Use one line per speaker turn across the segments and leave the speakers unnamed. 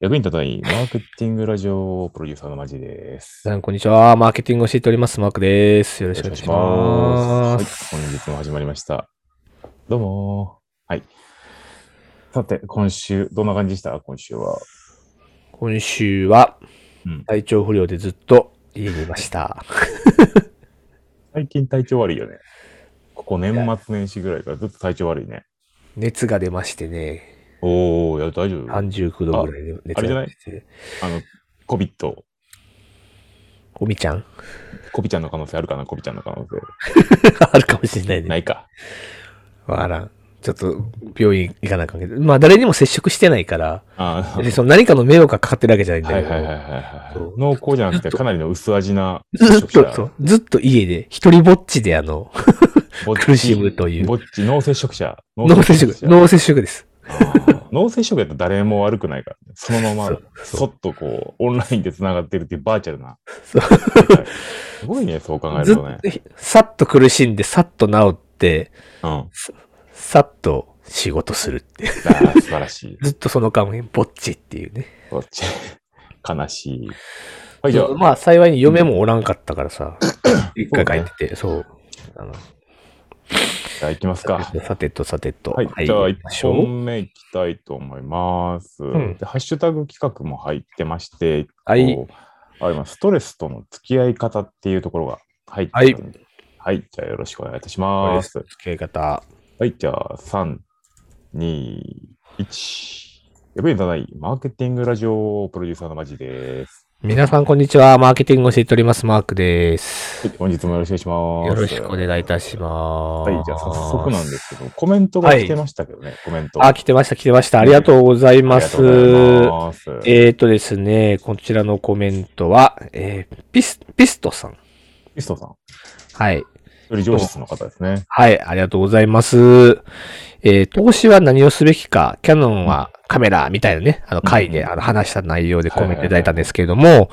役に立たないマーケティングラジオプロデューサーのマジです。
皆さん、こんにちは。マーケティングを教えております。マークです。よろしくお願いしま
はい、
す。
本日も始まりました。どうもー。はい。さて、今週、どんな感じでした今週は。
今週は
うん、
体調不良でずっと家にいました。
最近体調悪いよね。ここ年末年始ぐらいからずっと体調悪いね。
熱が出ましてね、
おー、いや大丈夫。あ
39度ぐらいで熱が出まして。
の、コビット。
おみちゃん
コビちゃんの可能性あるかなコビちゃんの可能性。
あるかもしれない
な
ね。
いか。
わからん。ちょっと病院行かなあかんけど。まあ、誰にも接触してないから、
あー
でその何かの迷惑がかかってるわけじゃないんだ
はい
けど。
はいはいはい
そ
は
う
い。濃厚じゃなくて、かなりの薄味な
ずっ
接触者
と、そうずっと家で、一人ぼっちであの、
ぼっち
苦しむという
ぼっち、脳接触者。
脳接触、
者
脳接触です。
脳接触やったら誰も悪くないから、ね、そのま
そ
ま
う、
そっとこう、オンラインで繋がってるっていうバーチャルな
そ
世界。すごいね、そう考え
ず
ると
っと
ね。、
さっと苦しんで、さっと治って、
うん。
さっと仕事するって。
あー素晴らしい。
ずっとその間、ぼっちっていうね。
ぼっち。 悲しい。はい、じゃあ、
まあ、幸いに嫁もおらんかったからさ、一回帰ってて、そう。あの
じゃあ行きますか。
さてとさてと。
はい、じゃあ
行
1
きましょう。
本目いきたいと思います、
ん
で。ハッシュタグ企画も入ってまして、
はい
こうあ今ストレスとの付き合い方っていうところが入ってるんで、はい、じゃあよろしくお願いいたします。は
付き合い方。
い、じゃあ3、2、1。やべえだない、マーケティングラジオプロデューサーのマジです。
皆さん、こんにちは。マーケティングを教えております。マークです。
はい、本日もよろしくお
よ
願
ろ
いします。
しくお願いいたします。
はい、じゃあ早速なんですけど、コメントが来てましたけどね、コメント。
あ、来てました、来てました。ありがとうござい
あ
ま
りが
す
と。うございます。
えー、とですね、こちらのコメントは、えーピス、ピストさん。
ピストさん。
はい。
より上質の方です ね。
はい、ありがとうございます。えー投資は何をすべきか、キャノンはカメラみたいなね、あの回で、
うん
あの話した内容でコメントいただいたんですけれども、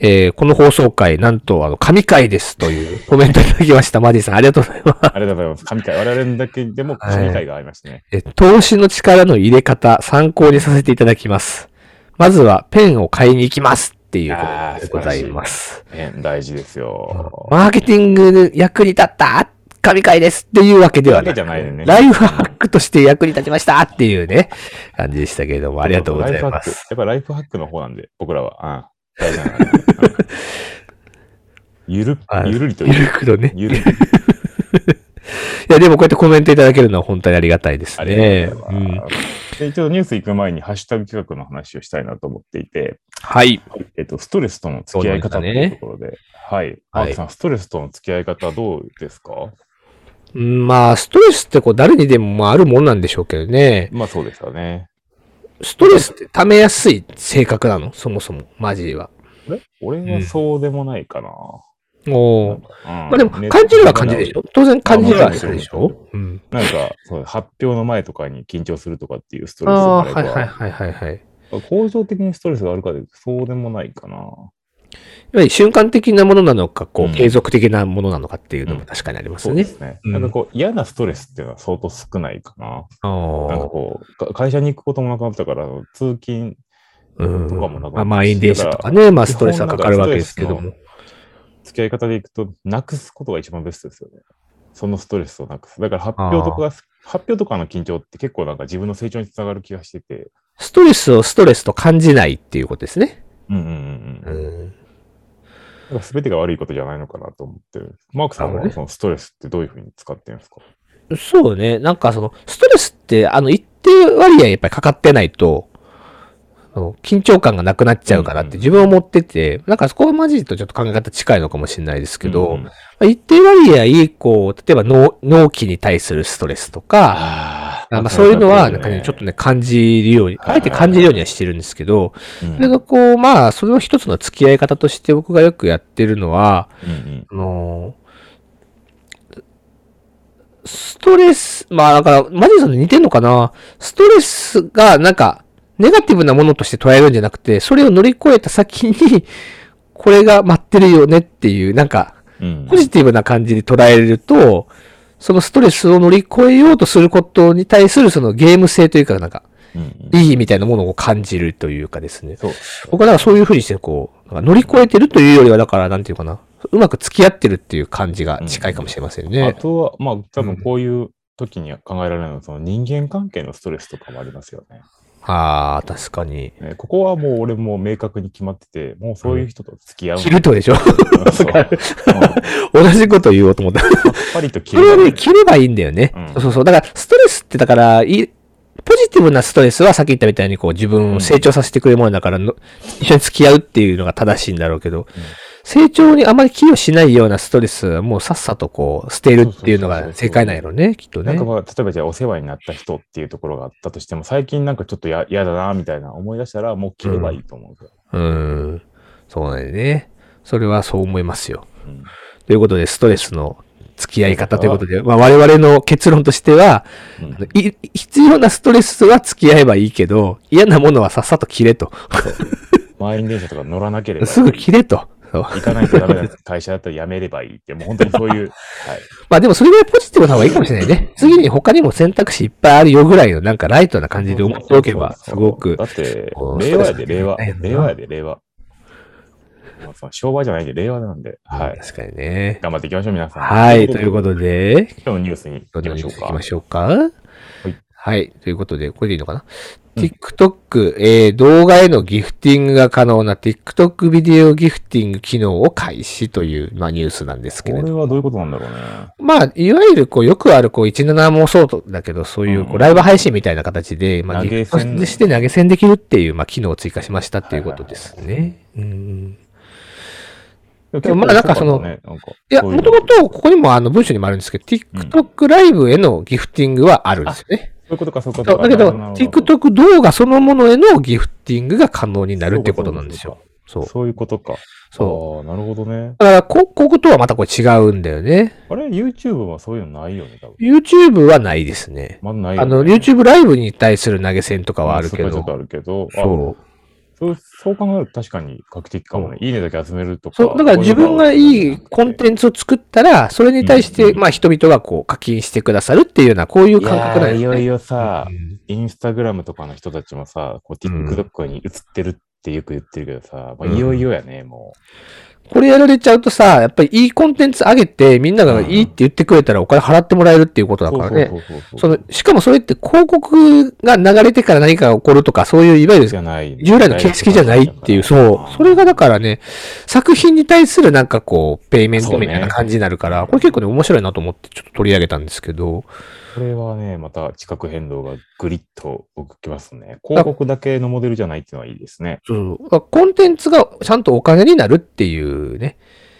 えーこの放送回、なんと、あの、神回ですというコメントいただきました。マジさん、ありがとうございます。
ありがとうございます。神回。我々だけでも神回がありましたね。
えー投資の力の入れ方、参考にさせていただきます。まずは、ペンを買いに行きますっていうコメントでございます。
ね大事ですよ。
マーケティングで役に立った神回ですっていうわけでは
わけじゃないよね
ライフハックとして役に立ちましたっていうね、感じでしたけれど も、ありがとうございま
ライフハッ
す。
クやっぱライフハックの方なんで、僕らは。うん。大事 なんだねうんゆる
は、い
ゆるりと
ゆ
いう。
るくとね。
ゆるり。
いや、でもこうやってコメントいただけるのは本当にありがたいです
あり
ね。
がとうご
う
ざい
ん
ます。で、ちょっとニュース行く前にハッシュタグ企画の話をしたいなと思っていて、
はい。
えっと、ストレスとの付き合い方っていうところで、はい。マークさん、ストレスとの付き合い方どうですか
うんまあ、ストレスってこう誰にでもまああるもんなんでしょうけどね。
まあそうですよね。
ストレスって溜めやすい性格なのそもそも。マジは。
あれ俺はそうでもないかな。
お
な
お
ん。か
まあでも、感じるは感じるでしょ当然感じるは感じるでしょうん。
なんかそう、発表の前とかに緊張するとかっていうストレス
あ
も
あ
あ
ー、
れ
はいはい
ば、
はいはいはい。
恒常的にストレスがあるかというと、そうでもないかな。
いわゆる瞬間的なものなのか、こ
うん
う、継続的なものなのかっていうの
う
も
ん
確かにあります
そ
よ
うで
ね。
すね。
うん
なんかこう、嫌なストレスっていうのは相当少ないかな。
あ
なんか
あ
こう、か会社に行くこともなくなったから、通勤、
うん
とかもなく
まあ、満員電車とかね、まあ、ストレスはかかるわけですけど
基本
も。
付き合い方でいくと、なくすことが一番ベストですよね。そのストレスをなくす。だから発表とかが、発表とかの緊張って結構なんか自分の成長につながる気がしてて、
ストレスをストレスと感じないっていうことですね。
うんうんうんうん。
うん。
なんか全てが悪いことじゃないのかなと思ってる。マークさん
なるほど
は
ね
そのストレスってどういうふうに使ってるんですか
そうね。なんかその、ストレスって、あの、一定割合やっぱりかかってないと、あの緊張感がなくなっちゃうかなっ
うんう
て
ん
自分は思ってて、なんかそこはマジとちょっと考え方近いのかもしれないですけど、
うん
まあ一定割合、こう、例えば脳納期に対するストレスとか、
あ
あまあ、そういうの
な
は、なんん
か
か
ね
ね、ちょっとね、感じるように、あえて感じるようにはしてるんですけど、
うん
それがこう、まあ、それを一つの付き合い方として僕がよくやってるのは、
うん
あのーストレス、まあ、だから、マジさんと似てんのかなストレスが、なんか、ネガティブなものとして捉えるんじゃなくて、それを乗り越えた先に、これが待ってるよねっていう、なんか、
うん
ポジティブな感じで捉えると、そのストレスを乗り越えようとすることに対するそのゲーム性というか、なんか、
うんうん、
意義みたいなものを感じるというかですね。
そう。
僕はだからそういうふうにして、こう、なんか乗り越えてるというよりは、だから、なんていうかな、うまく付き合ってるっていう感じが近いかもしれません
あ
ね。
とは、まあ、多分こういう時に考えられるのは、その人間関係のストレスとかもありますよね。
ああ、確かに。
ねここはもう俺も明確に決まってて、もうそういう人と付き合う。
切 るってことでしょ
うんそううん
わか同じこと言おうと思った。
さっぱりと切
それは
る。
ね、切ればいいんだよね。
うん
そうそうそう。だから、ストレスって、だから、いいポジティブなストレスはさっき言ったみたいにこう自分を成長させてくれるものだからの、一緒に付き合うっていうのが正しいんだろうけど、成長にあまり寄与しないようなストレスはもうさっさとこう捨てるっていうのが正解なんやろうね、きっと
な
ね
んか。まあ、例えばじゃあお世話になった人っていうところがあったとしても、最近なんかちょっとや嫌だな、みたいな思い出したら、もう切ればいいと思うんですよ。
うん。そうなんだよね。それはそう思いますよ。
うん
ということで、ストレスの付き合い方ということで、まあ、我々の結論としては、
うん
あのい必要なストレスは付き合えばいいけど、嫌なものはさっさと切れと。
満員電車とか乗らなければいい。
すぐ切れと。そう
行かないとダメな会社だったら辞めればいいって、もう本当にそう いう、はい。
まあでもそれぐらいポジティブな方がいいかもしれない ね。次に他にも選択肢いっぱいあるよぐらいのなんかライトな感じで思っておけば、すごく
だ。って
こ、う
令和やで、令和。
そうですね
令和やで、令和。まあその昭和じゃないんで、令和なんで、はい。
確かにね。
頑張っていきましょう、皆さん。
はい、ということで、
今日のニュースに行きましょう
行
か。
きましょうか。
い
はい。ということで、これでいいのかな、
うん
?TikTok、えー動画へのギフティングが可能な TikTok ビデオギフティング機能を開始という、まあ、ニュースなんですけれ
こ
ど
れ
も。
はどういうことなんだろうね。
まあ、いわゆる、こう、よくある、こう、17もそうだけど、そういう、こ
う
う、
ん
ライブ配信みたいな形で、まあ、
投げ
ギフ
銭
トして投げ銭できるっていう、まあ、機能を追加しましたっていうことですね。うん。
で
もまあなんかその
結構遅かったね
いや、
なん
も
か
と
こういう
も
の
と、ここにも、あの、文章にもあるんですけど、TikTok ライブへのギフティングはあるんですよね。
そういうことか、そういうこと
そう
か。
だけど、
なるほなるほ
TikTok 動画そのものへのギフティングが可能になるってことなんですよ。そう。
そういうことか。
そう。
う。なるほどね。
だから、広告とはまたこれ違うんだよね。
あれ、YouTube はそういうのないよね、多分。
YouTube はないですね。
まだないよ
あ
ね。
の、YouTube ライブに対する投げ銭とかはあるけ
まそこはちょっとあ
ど。
るけど。あ
そう。
そうそう考えると確かに画期的かもね。いいねだけ集めるとか。
そう、だから自分がいいコンテンツを作ったら、それに対し
うん
て、
うん
まあ人々がこう課金してくださるっていうような、こういう
い
感覚
やー
なん
い
です
よい
ね。
よさ、
うん
インスタグラムとかの人たちもさ、こう
うん
TikTok に映ってるってよく言ってるけどさ、まあ、
うん
いよいよやね、も
これやられちゃうとさ、やっぱりいいコンテンツ上げて、みんながいいって言ってくれたらお金払ってもらえるっていうこと
う。
だからね。
そうそうそう
そ
そう
の、しかもそれって広告が流れてから何かが起こるとか、そういういわゆ
じ
る
ゃない。
従来の形式じゃないっていう、そう。それがだからね、作品に対するなんかこう、ペイメントみたいな感じになるから、これ結構ね、面白いなと思ってちょっと取り上げたんですけど、
これはね、また地殻変動がグリッと僕きますね。広告だけのモデルじゃないっていうのはいいですね。
そうそうコンテンツがちゃんとお金になるっていうね。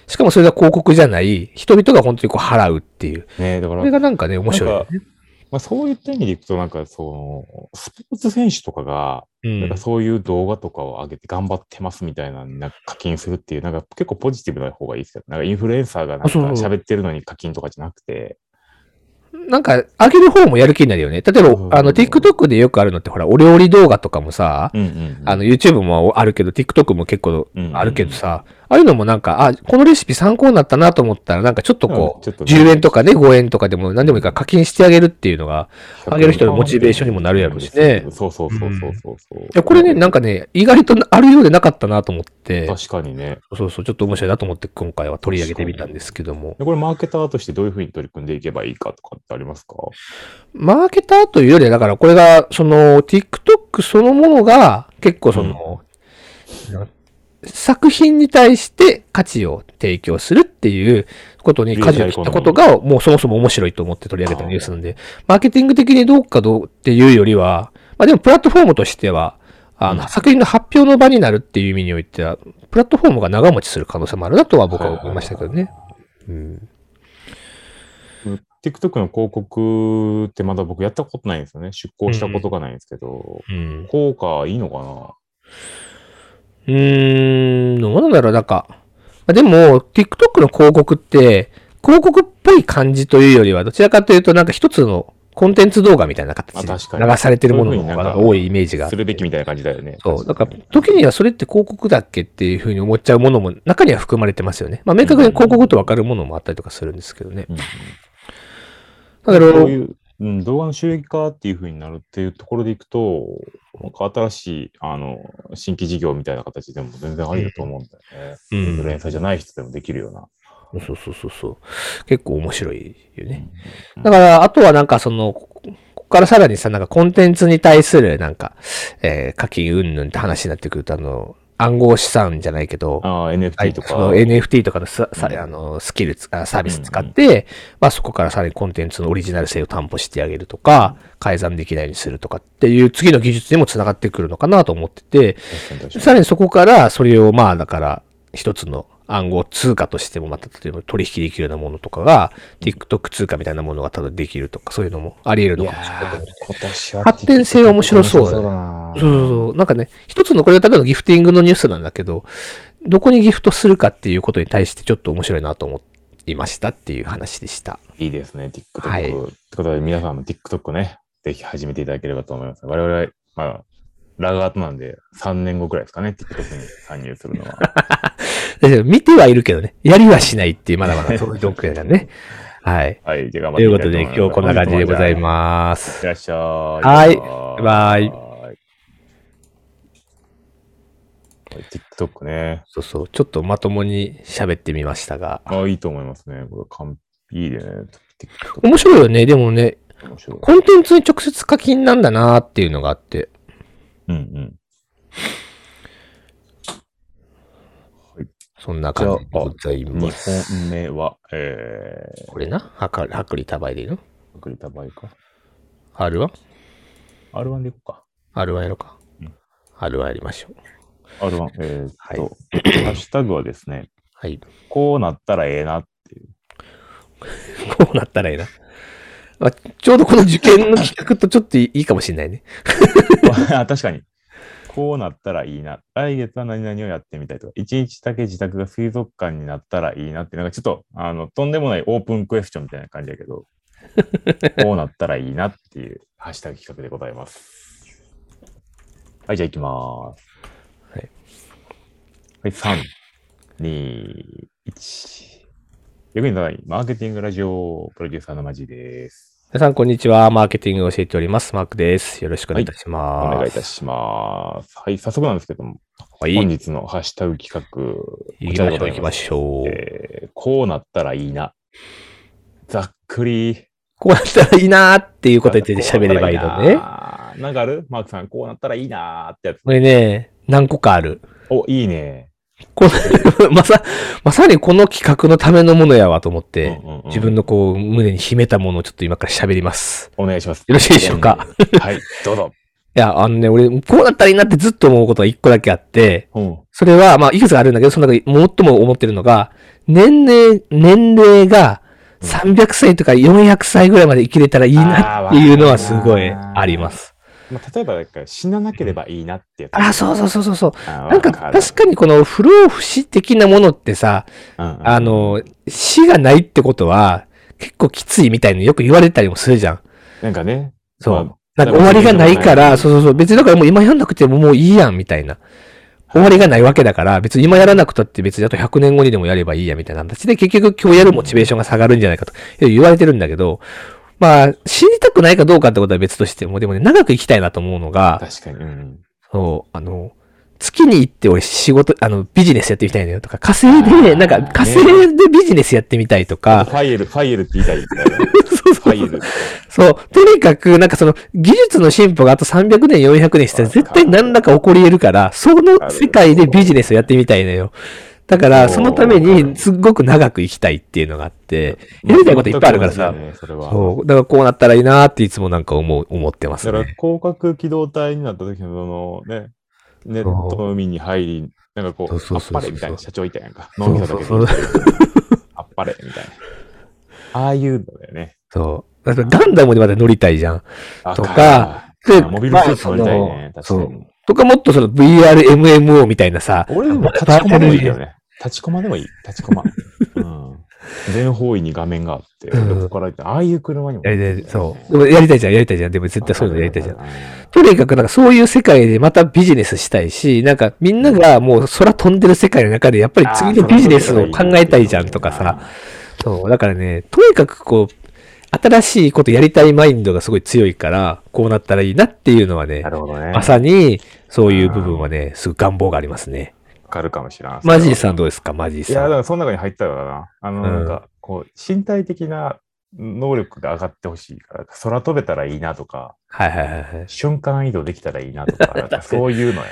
しかもそれが広告じゃない、人々が本当にこう払うっていう。
ねだか
こ
ら
れ、がなんかね、面白いよね。
まあ、そういった意味でいくと、なんかその、スポーツ選手とかが、
う
なん
ん
か。そういう動画とかを上げて頑張ってますみたいな、なんか課金するっていう、なんか結構ポジティブな方がいいですけど、なんかインフルエンサーがなん
あ
か
そうそう
喋ってるのに課金とかじゃなくて、
なんか、あげる方もやる気になるよね。例えば、
うん
あの、TikTok でよくあるのって、ほら、お料理動画とかもさ、
うんうんうん
あの、YouTube もあるけど、TikTok も結構
うんうん
あるけどさ、ああいうのもなんか、あ、このレシピ参考になったなと思ったら、なんかちょっとこ
うん
う、
ちょっとね
10円とかね、5円とかでも何でもいいから課金してあげるっていうのが、あげる人のモチベーションにもなるやろうしね
そうそうそうそうそうそう。い
いや、これね、なんかね、意外とあるようでなかったなと思って、
確かにね。
そうそう、ちょっと面白いなと思って今回は取り上げてみたんですけども、
でこれマーケターとしてどういうふうに取り組んでいけばいいかとかってありますか
マーケターというよりは、だからこれが、その、TikTok そのものが、結構その、作品に対して価値を提供するっていうことに舵を切ったことが、もうそもそも面白いと思って取り上げたニュースなんで、マーケティング的にどうかどうっていうよりは、まあでもプラットフォームとしては、あの、
うん
作品の発表の場になるっていう意味においては、プラットフォームが長持ちする可能性もあるなとは僕は思いましたけどね。うん。
TikTok の広告ってまだ僕やったことないんですよね。出稿したことがないんですけど、
うん。
効果いいのかな
うーん、どうなんだろう、なんか。まあでも、TikTok の広告って、広告っぽい感じというよりは、どちらかというと、なんか一つのコンテンツ動画みたいな形で
あ確かに
流されてるものの方が多いイメージがあっ
す
て。
るべきみたいな感じだよね。
そう。だから、時にはそれって広告だっけっていうふうに思っちゃうものも中には含まれてますよね。まあ、明確に広告とわかるものもあったりとかするんですけどね。
うん
だけど
こういううん、動画の収益化っていうふうになるっていうところでいくと、なんか新しいあの新規事業みたいな形でも全然ありだと思うんだよね。
うんうん
インフルエンサーじゃない人でもできるような。
そうそうそうそう。結構面白いよね。だから、あとはなんかその、ここっからさらにさ、なんかコンテンツに対するなんか、えー課金云々って話になってくると、あの、暗号資産じゃないけど、
ああ、
は
NFT
い
と
そ
か。
の NFT とかのささ
うん
あのスキルつあサービス使って、まあそこからさらにコンテンツのオリジナル性を担保してあげるとか、改ざんできないようにするとかっていう次の技術にもつながってくるのかなと思ってて、
確かに確か
さらにそこからそれをまあだから一つの暗号通貨としてもまた例えば取引できるようなものとかが TikTok 通貨みたいなものがただできるとかそういうのもあり得る
に。い
の
や
かもしれない
ー、今年は。
発展性は面白そうだね
面な
そうそうそう。なんかね、一つのこれはただのギフティングのニュースなんだけど、どこにギフトするかっていうことに対してちょっと面白いなと思いましたっていう話でした。
いいですね、TikTok。
はい
ってことで、皆さんも TikTok ね、ぜひ始めていただければと思います。我々、まあ、ラガートなんで、3年後くらいですかね、TikTok に参入するのは。
で見てはいるけどね、やりはしないっていうまだまだ遠いとこだ ね。はい。
はい、じゃあ頑張っ
と
ていきた
いうこと
い
で
思い
今日こんな感じでござい
す。
ま
いっ
す
て。らっしゃい。
はいバイ
はい。TikTok ね。
そうそう。ちょっとまともに喋ってみましたが。
あいいと思いますね。これ完璧でね。TikTok
面白いよね。でもね、
面白い。
コンテンツに直接課金なんだなっていうのがあって。
うんうん。
そんな感じでございま
2
す。
本目は、え
これな、はか薄利多売でいいの
ー、くれた場合か。
?R1?
R1 でいこうか。
R1 やろうか。
うん
R1 やりましょう。
R1、えーっ
はい
と、ハッシュタグはですね、
はい。
こうなったらええなっていう。
こうなったらいいな。まあ、ちょうどこの受験の企画とちょっといいかもしれないね。
あ確かに。こうなったらいいな。来月は何々をやってみたいとか、一日だけ自宅が水族館になったらいいなって、なんかちょっと、あの、とんでもないオープンクエスチョンみたいな感じだけ ど、こうなったらいいなっていうハッシュタグ企画でございます。はい、じゃあ行きます。
はい。
はい、3、2、1。役に立たないマーケティングラジオプロデューサーのマジです。
皆さん、こんにちは。マーケティングを教えております。マークです。よろしくお願いいたします。
お願いいたします。はい、早速なんですけども、
はい
本日のハッシュタグ企画、こ
行
ち
き
ら
ま
で
し
ござ
ょう、行
い
き
ま。
ますしょう。
えーこうなったらいいな。ざっくり。
こうなったらいいなーっていうことについて喋ればいいのね。
な。なんかあるマークさん、こうなったらいいなーってやつ。
これね、何個かある。
お、いいね。
この まさ、まさにこの企画のためのものやわと思って、
うんうんうん
自分のこう、胸に秘めたものをちょっと今から喋ります。
お願いします。
よろしいでしょうか
うん。 はい、どうぞ。
いや、あのね、俺、こうなったらいいなってずっと思うことが一個だけあって、
うん。
それは、まあ、いくつかあるんだけど、その中で最も思ってるのが、年齢、年齢が300歳とか400歳ぐらいまで生きれたらいいなっていうのはすごいあります。
まあ、例えば、なんか死ななければいいなってやつ。
あら、そうそうそうそうそう。
あー
なんか、
わる
確かにこの不老不死的なものってさ、
うんうん
あの、死がないってことは、結構きついみたいによく言われたりもするじゃん。
なんかね。
そう。
まあ
なんか終わりがない
な
から、
んか
そうそうそう、別にだからもう今やんなくてももういいやん、みたいな。終わりがないわけだから、別に今やらなくたって別にあと100年後にでもやればいいや、みたいな形で結局今日やるモチベーションが下がるんじゃないかと言われてるんだけど、まあ、死にたくないかどうかってことは別としても、でもね、長く生きたいなと思うのが、
確かに。うんうん
そう、あの、月に行って俺仕事、あの、ビジネスやってみたいんだよとか、火星で、
あー
なんか
ね
火星でビジネスやってみたいとか
フ、ァイエル、ファイエルって言いたいみたい な。
そう
ファイエル。
そう。とにかく、なんかその、技術の進歩があと300年、400年したら絶対何らか起こり得るから、その世界でビジネスをやってみたいのよ。だから、そのために、すっごく長く生きたいっていうのがあって、やりたいこといっぱいあるからさ
全く同じだ。よねそれは。
そう。だからこうなったらいいなーっていつもなんか思う、思ってます
だから
ね。
広角機動隊になった時の、そのね、ネットの海に入り、なんかこう、
そうそうそうそう
あっぱれみたいな社長いたやんか。
そ
脳み
う
そ
そ
だ
う
け
そう
で。あっぱれみたいな。ああいうのだよね。
そう。だからガンダムにまで乗りたいじゃん。
あ
とか
る
で
モビルスーツ乗りたいね。
まあ
確かに。
とかもっとその VRMMO みたいなさ、
俺でも立ちコマでもいいよね。立ちコマでもいい。立ちコマ。うん。全方位に画面があって、で
うん
ここから行ってああいう車にも。
やりたい、そう。でもやりたいじゃん、やりたいじゃん。でも絶対そういうのやりたいじゃん。
あ
とにかくなんかそういう世界でまたビジネスしたいし、なんかみんながもう空飛んでる世界の中でやっぱり次のビジネスを考えたいじゃんとかさ。。そう、だからね、とにかくこう、新しいことやりたいマインドがすごい強いから、こうなったらいいなっていうのはね
な、るほどね。
まさに、そういう部分はね、すごい願望がありますね。
わかるかもしれない。
マジーさんどうですかマ
い
ジー
や、
さ
だ
ん。
からその中に入ったからな。あの、
ん
なんか、こう、身体的な能力が上がってほしいから、空飛べたらいいなとか、
はいはいはいはい。
瞬間移動できたらいいな とか、なんかそういうのやね。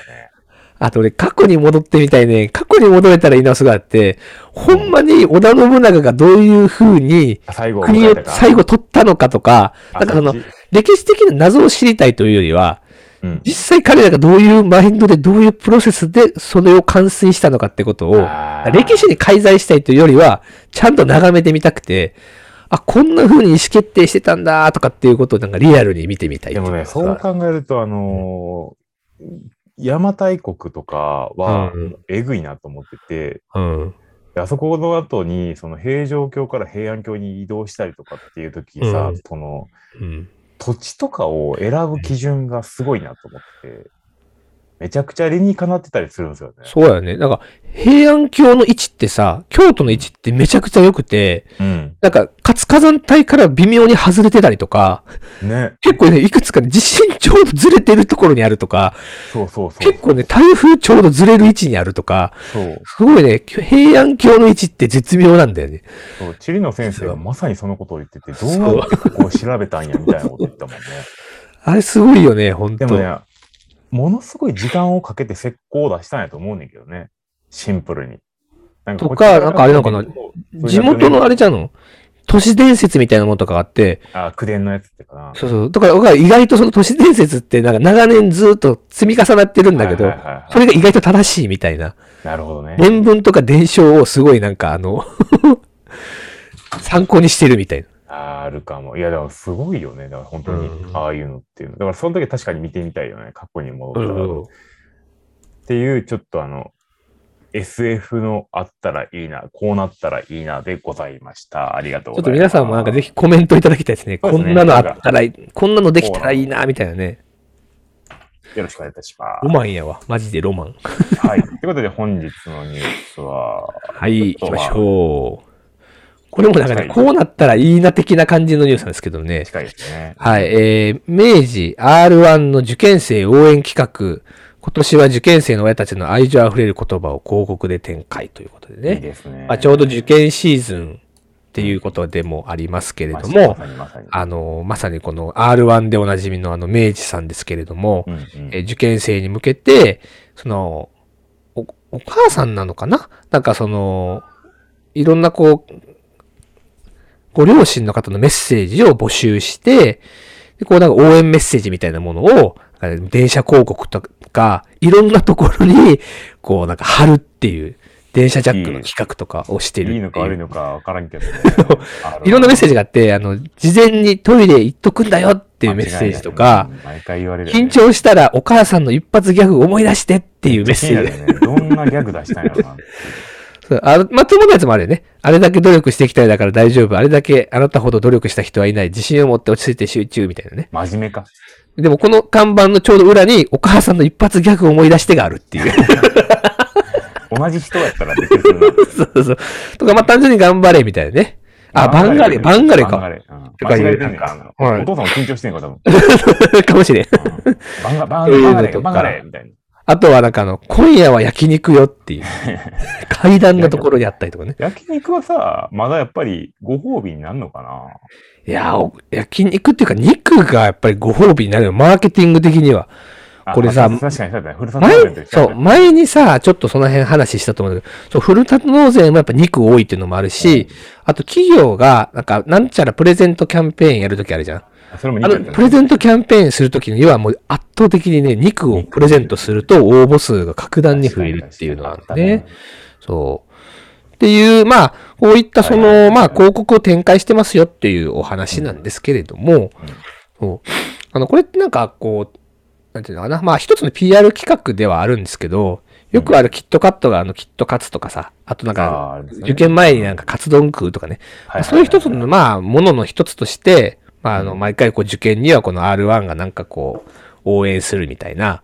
あと俺、過去に戻ってみたいね。過去に戻れたらいいなすがあって、ほんまに織田信長がどういう風に
最後を
国
迎え
を
たか。
最後取ったのかとか、
あ
なんかその
そっち
歴史的な謎を知りたいというよりは、
うん。
実際彼らがどういうマインドでどういうプロセスでそれを完遂したのかってことを、
あー
歴史に介在したいというよりは、ちゃんと眺めてみたくて、あ、こんな風に意思決定してたんだとかっていうことをなんかリアルに見てみたい
でもね、そう考えると、あのー邪馬台国とかは
うんうん、
えぐいなと思ってて、
うん。
であそこの後に、その平城京から平安京に移動したりとかっていう時にさ、
うん
その、
うん。
土地とかを選ぶ基準がすごいなと思って、めちゃくちゃ理にかなってたりするんですよね。
そうだよね。なんか、平安京の位置ってさ、京都の位置ってめちゃくちゃ良くて、
うん。
なんか、活火山帯から微妙に外れてたりとか、
ね。
結構ね、いくつかね地震ちょうどずれてるところにあるとか、
そうそうそう。
結構ね、台風ちょうどずれる位置にあるとか、
そう。
すごいね、平安京の位置って絶妙なんだよね。
そう。地理の先生がまさにそのことを言ってて、どうやってここを調べたんやみたいなこと言ったもんね。
あれすごいよね、ほん
で
と。
もね、ものすごい時間をかけて石膏を出したんやと思うねんけどね。シンプルに。なん
とかなんかあれなのかな地元のあれじ
ゃ
ゃんの都市伝説みたいなものとかがあって、
あ、口伝のやつってかな。
そうそう。だから僕は意外とその都市伝説ってなんか長年ずっと積み重なってるんだけど
はい、はいはい
そ
はい
れが意外と正しいみたいな。
なるほどね。
伝聞とか伝承をすごいなんかあの、 参考にしてるみたいな。
あるかも。いや、でもすごいよね。だから本当に
う、ん
ああいうのっていうの。だからその時確かに見てみたいよね。過去に戻ったら。っていう、ちょっとあの、SF のあったらいいな、こうなったらいいなでございました。ありがとう
ち
ご
ょっと
ざいま
皆
す。
さんもなんかぜひコメントいただきたいですね。
そう
こ
ですね
んなのあったらいい、こんなのできたらいいな、みたいなね。
よろしくお願いいたしま
ロマンやわ。マジでロマン。
す。はい。ということで、本日のニュースは、
はい、
ちょっと
行きま
は
しょう。これもなんか
はい
ね、こうなったらいいな的な感じのニュースなんですけどね。
近いですね。
はい、えー、明治 R1 の受験生応援企画。今年は受験生の親たちの愛情あふれる言葉を広告で展開ということで
いい
ね。
ですね。
まあ、ちょうど受験シーズンっていうことでもありますけれど
ま
も、
さにまさに。
あの、まさにこの R1 でおなじみのあの明治さんですけれども、
うんうん
えー受験生に向けて、その、お、お母さんなのかななんかその、いろんなこう、ご両親の方のメッセージを募集して、でこうなんか応援メッセージみたいなものを、なんか電車広告とか、いろんなところに、こうなんか貼るっていう、電車ジャックの企画とかをしてるって
いういのか悪いのかわからんけどね。
いろんなメッ
ジ
セー
っ
ジがあって、あの、事前にトイレ行っとくんだよっていうメッセージとか、、
毎回言われるよね。
緊張したらお母さんの一発ギャグ思い出してっていうメッセージ。
ジ、ね。どんなギャグ出したんやろな。
そうあまあ、友達もあるよね。あれだけ努力してきたいだから大丈夫。あれだけあなたほど努力した人はいない。自信を持って落ち着いて集中みたいなね。
真面目か。
でもこの看板のちょうど裏にお母さんの一発ギャグ思い出してがあるっ ていう。
同じ人やったらびっくりするな。
そうそうそう。とか、まあ、単純に頑張れみたいなね。 あ、バンガレ、バンガレ
バン
か。
レうん
と
間
かいう
違えてんねんか。あの
はい
お父さんも緊張してんのか、多分。
かもしれん。
うんバンガ、バン
という
バ
の
ンガレ
とか
バンガレみたいな。
あとはなんかあの、今夜は焼肉よっ ていう。階段のところにあったりとかね。
焼肉はさ、まだやっぱりご褒美になるのかない
やー、お焼肉っていうか肉がやっぱりご褒美になるよ。マーケティング的には。
あ
これさ
確かにそうだね。ふるさと
前
納税の時、
そう、前にさ、ちょっとその辺話したと思うんだけど、そう、ふるさと納税もやっぱ肉多いっていうのもあるし、あと企業が、なんか、なんちゃらプレゼントキャンペーンやるときあるじゃん。
それも
あ
肉や
の
っ、た
プレゼントキャンペーンするときにはもう圧倒的にね、肉をプレゼントすると応募数が格段に増えるっていうのは
確かに
ね。そう。っていう、まあ、こういったそ
はいはいはい
の、まあ、広告を展開してますよっていうお話なんですけれども、そう。あの、これってなんか、こう、なんていうのかな、まあ、一つの PR 企画ではあるんですけど、よくあるキットカットが、あの、キットカツとかさ、あとなん
あーあ
か
りま、すね
受験前になんかカツ丼食うとかね、
はいはいはい
そういう一つの、まあ、ものの一つとして、まあ、あの、毎回こう受験にはこの R1 がなんかこう、応援するみたいな、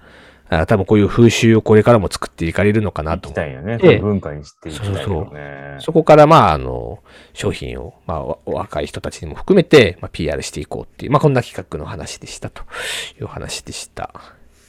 あ多分こういう風習をこれからも作っていかれるのかな
行
と
き。たいよね。
ええ
文化にしていきたい
そう
よ
そう
ね。
そこから、まあ、あの、商品を、まあ、わ若い人たちにも含めて、まあ、PR していこうっていう、まあ、こんな企画の話でしたという話でした。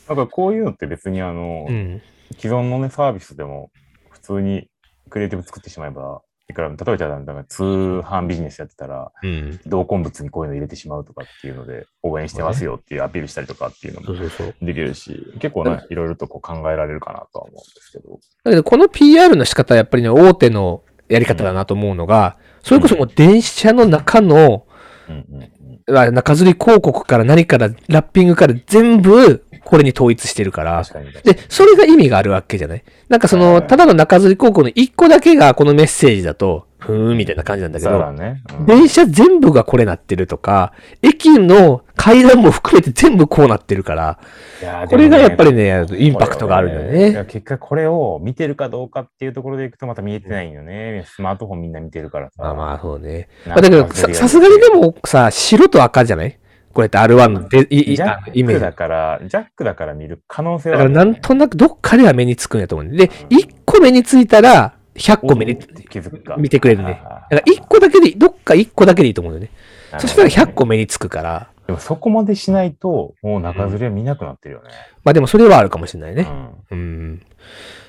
だからこういうのって別にあの、
うん。
既存のね、サービスでも普通にクリエイティブ作ってしまえば、いくら、例えばじゃあ、だから通販ビジネスやってたら、
うん。
同梱物にこういうの入れてしまうとかっていうので、応援してますよっていうアピールしたりとかっていうの
そう
も
そうそう。
できるし、結構ね、いろいろとこう考えられるかなとは思うんですけど。
だけど、この PR の仕方はやっぱりね、大手のやり方だなと思うのが、それこそもう電車の中の、
うんうん
まあ中吊り広告から何から、ラッピングから全部、これに統一してるから。
確かに。
で、それが意味があるわけじゃないなんかそ
はいは
の、
いはい
ただの中吊り広告の一個だけがこのメッセージだと、ふーんみたいな感じなんだけ
さら
ど、
ね。うん
電車全部がこれなってるとか、駅の階段も含めて全部こうなってるから、
いやー
これが
で
や
も
っぱりね、インパクトがあるんだよ
これをいや
ね。
結果これを見てるかどうかっていうところでいくとまた見えてないんよね。スマートフォンみんな見てるからさ。
まあまあ、そうね。
な
ま
んか
あだけど、ささすがにでもさ、白と赤じゃないこれって R1 のでいい
ジャ
あのイ
ック
メー
だ
ジ。だ
から、ジャックだから見る可能性は
か
あ
ら
る、
なんとなくどっかでは目につくんやと思うんで、で
うん
1個目についたら、100個目に
気づくか。
見てくれるね。
あー
だから1個だけでいい、どっか1個だけでいいと思うんだよね。
なるほどね
そしたら100個目につくから、
でもそこまでしないと、もう中吊りは見なくなってるよね。
まあでもそれはあるかもしれないうね。
ん
うん。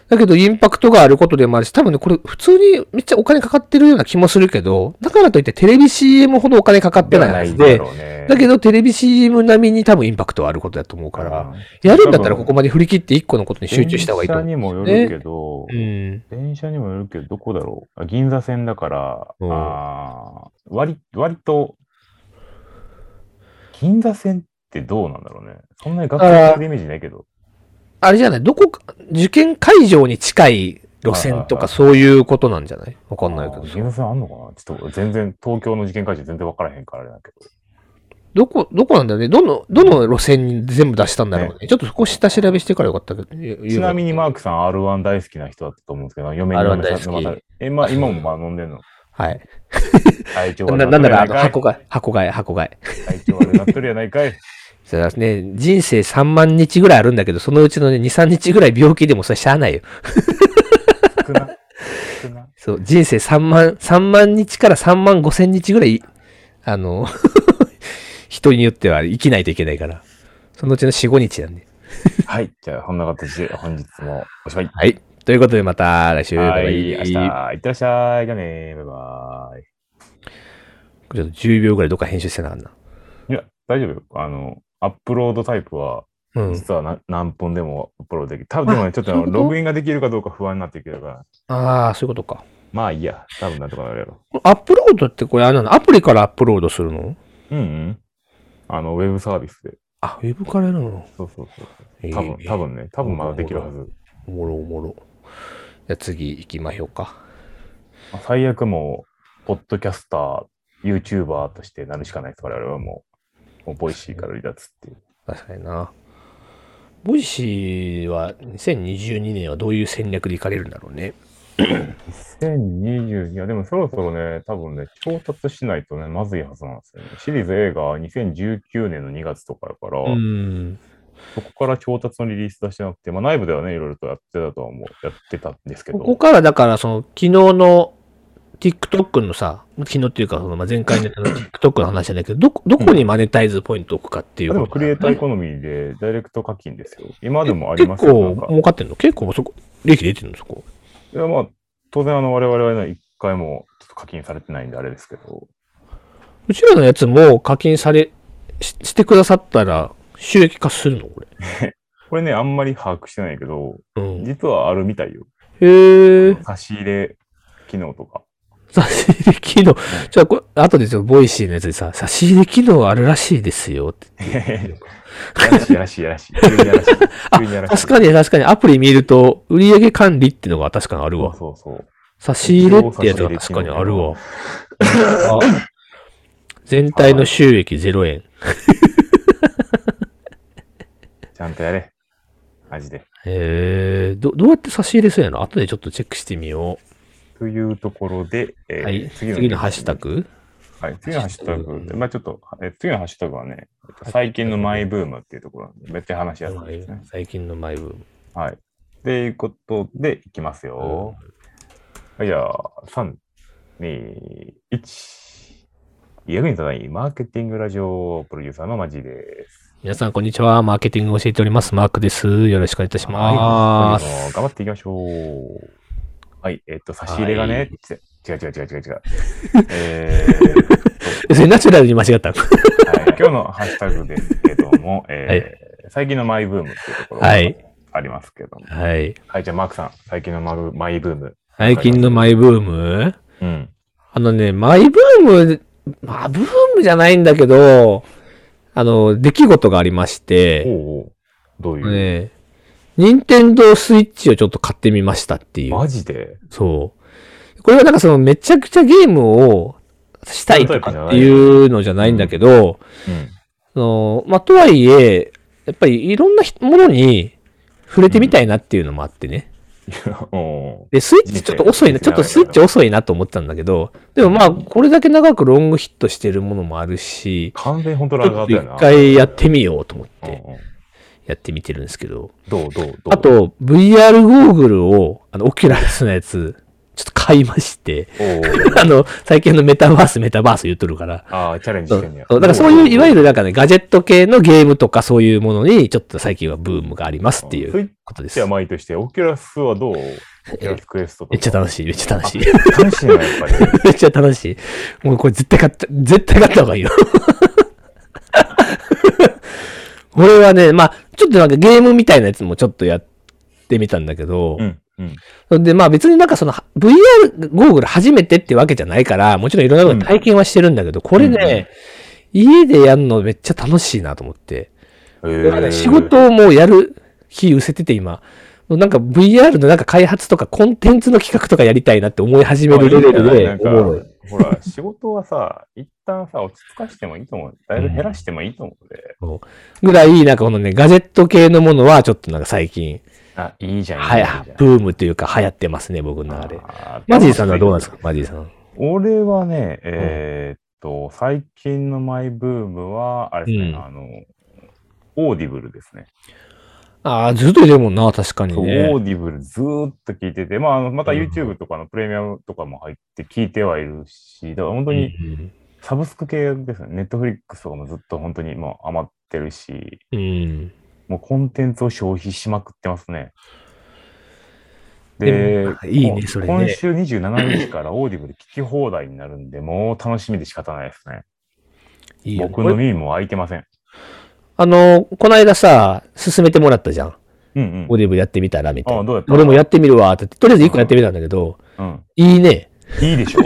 だけどインパクトがあることでもあるし、多分ね、これ普通にめっちゃお金かかってるような気もするけど、だからといってテレビ CM ほどお金かかってないはずで、
うね
だけどテレビ CM 並みに多分インパクトはあることだと思うから、やるんだったらここまで振り切って1個のことに集中した方がいいと
電車
思う。
にもよるけど、
うん。
電車にもよるけど、どこだろうあ銀座線だから、
うん
あー割割と、銀座線ってどうなんだろうね。そんなに学生のイメージないけど。
あれじゃない、どこか、受験会場に近い路線とかそういうことなんじゃないわかんないけ
あ
ど
ー。銀座線あんのかなちょっと全然、東京の事件会場全然分からへんからあれだけど。
どこ、どこなんだよねどの、どの路線に全部出したんだろうね。ちょっとそこ下調べしてからよかったけど。
ち
ち
なみに
ま
マークさん R1 大好きな人だったと思うんですけど、嫁に
R1
飲まさ
大好き
飲まされえ、まあ今もまあ飲んでん の。
はい。
体調
な
悪
な
く
なんなら、あ
い
の、
かい
箱買い、箱買い、箱買い。
体調悪くなっとるやないかい。
そうですね。人生3万日ぐらいあるんだけど、そのうちのね、2、3日ぐらい病気でもそれしゃあないよ。
少な。少な。
そう、人生3万、3万日から3万5千日ぐらい、あの、 人によっては生きないといけないから。そのうちの4、5日なんで。
はい。じゃあ、こんな形で本日もおしまい。
はい。ということでまた来週。
はい、明
バイ
日、
バイ
いってらっしゃい。じゃあね、バイバイ。
ちょっと10秒ぐらいどっか編集してなかったな。
いや、大丈夫よ。あの、アップロードタイプは、
うん。
実はな、何本でもアップロードできる。多分でもね、ちょっとあの
そういうこと
ログインができるかどうか不安になってくるから。
ああ、そういうことか。
まあいいや、多分なんとかなるやろ。
アップロードってこれあれなのアプリからアップロードするの
うんうん。あの、ウェブサービスで。
あ、ウェブからやるの
そうそうそう。
えー
多分、多分ね、多分まだできるはず。
おもろおもろ。じゃあ次行きましょうか。
まあ最悪もう、ポッドキャスター、YouTuber としてなるしかないです。我々はもう、もうボイシーから離脱っていう。
確かにな。ボイシーは2022年はどういう戦略でいかれるんだろうね。
2020、いや、でもそろそろね、多分ね、調達しないとね、まずいはずなんですよね。シリーズ A が2019年の2月とかやから、
うん。
そこから調達のリリース出してなくて、まあ内部ではね、いろいろとやってたとは思う、やってたんですけ
こ
ど、
こからだからその昨日の TikTok のさ、昨日っていうかそのまあ前回の やったの TikTok の話じゃないけど、どこ、どこにマネタイズポイントを置くかってい
あ
う
で
こ
も
と
ク
だ
リエ
よ
イ
ね
ターエコノミーでダイレクト課金ですよ。今でもあり
結
ますよ。なん
構
か
儲かってんの結構そこ、利益出てんのそこ。
いや、まあ、当然、あの、我々はね、一回もちょっと課金されてないんであれですけど、
うちらのやつも課金され、ししてくださったら収益化するのこれ。
これね、あんまり把握してないけど、
うん。へ
実はあるみたいよ。
え。
差し入れ機能と か。
差し入れ機能。じゃあ、これ、後でちょっとボイシーのやつでさ、差し入れ機能あるらしいですよって。
やらしいやらしいやらしい。急にや らしい。急にやらしい。
確かに確かにアプリ見ると、売上管理ってのが確かにある
そう
わ。
そうそう。
差し入れってやつが確かにあ るわ。あ全体の収益0円。
ちゃんとやれ。マジで。
えー、ど、どうやって差し入れするんやろ後でちょっとチェックしてみよ
というところで、え
う。
ー
はい。次のハッシュタグ
はい、次のハッシュタグで、まあちょっと、え次のハッシュタグはね、えっと最近のマイブームっていうところなんで、別に話しやすいですね。
最近のマイブーム。
はい。っていうことで、いきますよ。はい、じゃあ、3、2、1。役に立たないマーケティングラジオプロデューサーのマジです。
皆さん、こんにちは。マーケティングを教えております。マークです。よろしくお願いいたしま
は
す。
い頑張っていきましょう。はい、えっと、差し入れがね、違う違う違う違う違 う。えーっ
それナチュラルに間違った。
と、はい、今日のハッシュタグですけども、えー最近のマイブームっていうところが
はい
ありますけども。はい、
はい。
じゃあマークさん、最近のマグマイブーム。
最近のマイブーム
うん。
あのね、マイブーム、まあ、ブームじゃないんだけど、あの、出来事がありまし
お
て、
うおうどういう、
ね、任天堂スイッチをちょっと買ってみましたっていう。
マジで
そう。これはなんかそのめちゃくちゃゲームをしたいとかっていうのじゃないんだけど、
うん。
あのまあ、とはいえ、やっぱりいろんなひものに触れてみたいなっていうのもあってね。
お
で、スイッチちょっと遅いな、
人
ち
生
ょっとスイッチ遅いなと思ってたんだけど、でもまあ、これだけ長くロングヒットしてるものもあるし、
完全に本当
ち
ラ
ょ
グあ
っ
っ
と
たよ
一
な。
回やってみようと思っ
うんう
て
ん
やってみてるんですけど、
どうどうどう
あ、と、VR ゴーグルを、あの、オキュラルスのやつ、ちょっと買いまして、
おうおう
あの、最近のメタバース、メタバース言っとるから。
あ あ、チャレンジ
そ
してん
う
ねや。
そうだからそういう、いわゆ
る
るなんかね、ガジェット系のゲームとかそういうものに、ちょっと最近はブームがありますってい
スイ
う
ッ
ことで
チ
す
は。前として、オキュラスはどうオキュラスクエストとか。
めっちゃ楽しい、めっちゃ楽しい。
楽しいな、やっぱり。
めっちゃ楽しい。もうこれ絶対買った、絶対買った方がいいよ。 これはね、まあ、ちょっとなんかゲームみたいなやつもちょっとやってみたんだけど、
うん、うん。
で、まあ別になんかその VR ゴーグル初めてってわけじゃないから、もちろんいろんなこと体験はしてるんだけど、これね、家でやるのめっちゃ楽しいなと思って。
えー
仕事をもうやる日失せてて今、なんか VR のなんか開発とかコンテンツの企画とかやりたいなって思い始めるレベル
な
で
ん、か
おもろい
ほら、仕事はさ、一旦さ、落ち着かしてもいいと思う。だいぶ減らしてもいいと思うので。
ぐらい、なんかこのね、ガジェット系のものはちょっとなんか最近、
あ、いいじゃん。
はい
い
い
じゃん、
ブームというか流行ってますね、僕の中で。
あー
マジーさんはどうなんですかマジーさん。
俺はね、えーっと、最近のマイブームは、あれですね、
うん
あの、オーディブルですね。
ああ、ずっといるもんな、確かに
そう
ね
オ。ーディブルずーっと聞いてて、まああの、また
うん
YouTube とかのプレミアムとかも入って聞いてはいるし、だから本当に
うん
サブスク系ですね。Netflix とかもずっと本当にもう余ってるし、
うん。
もうコンテンツを消費しまくってますね。
で
で
も、いいねそれね
今週27日からオーディブル聞き放題になるんで、もう楽しみで仕方ないですね。
いいよね
僕の耳も開いてません。
あの、この間さ、勧めてもらったじゃん。
うん
オーディブルやってみたら、みたい
あ
な
どうやっ。た
俺もやってみるわ、って。とりあえず一個やってみたんだけど、
うん。うん。
いいね。
いいでしょう。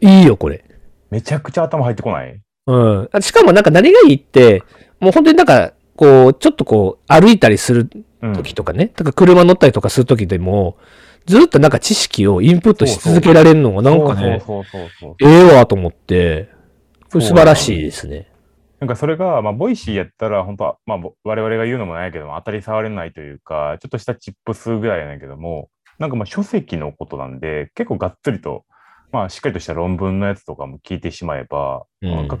いいよ、これ。
めちゃくちゃ頭入ってこない
うん。あしかもなんか何がいいって、もう本当になんか、こう、ちょっとこう、歩いたりする
うん。
時とかね、だから車乗ったりとかする時でも、ずっとなんか知識をインプットし続けられるのがなんかね、
そうそうそうそう。
ええわと思って、これ素晴らしいですね。
なんかそれが、まあ、ボイシーやったら、本当は、まあ、ぼ我々が言うのもないけども、当たり障れないというか、ちょっとしたチップ数ぐらいやねんけども、なんかまあ書籍のことなんで、結構がっつりと、まあ、しっかりとした論文のやつとかも聞いてしまえば、
うん
なんか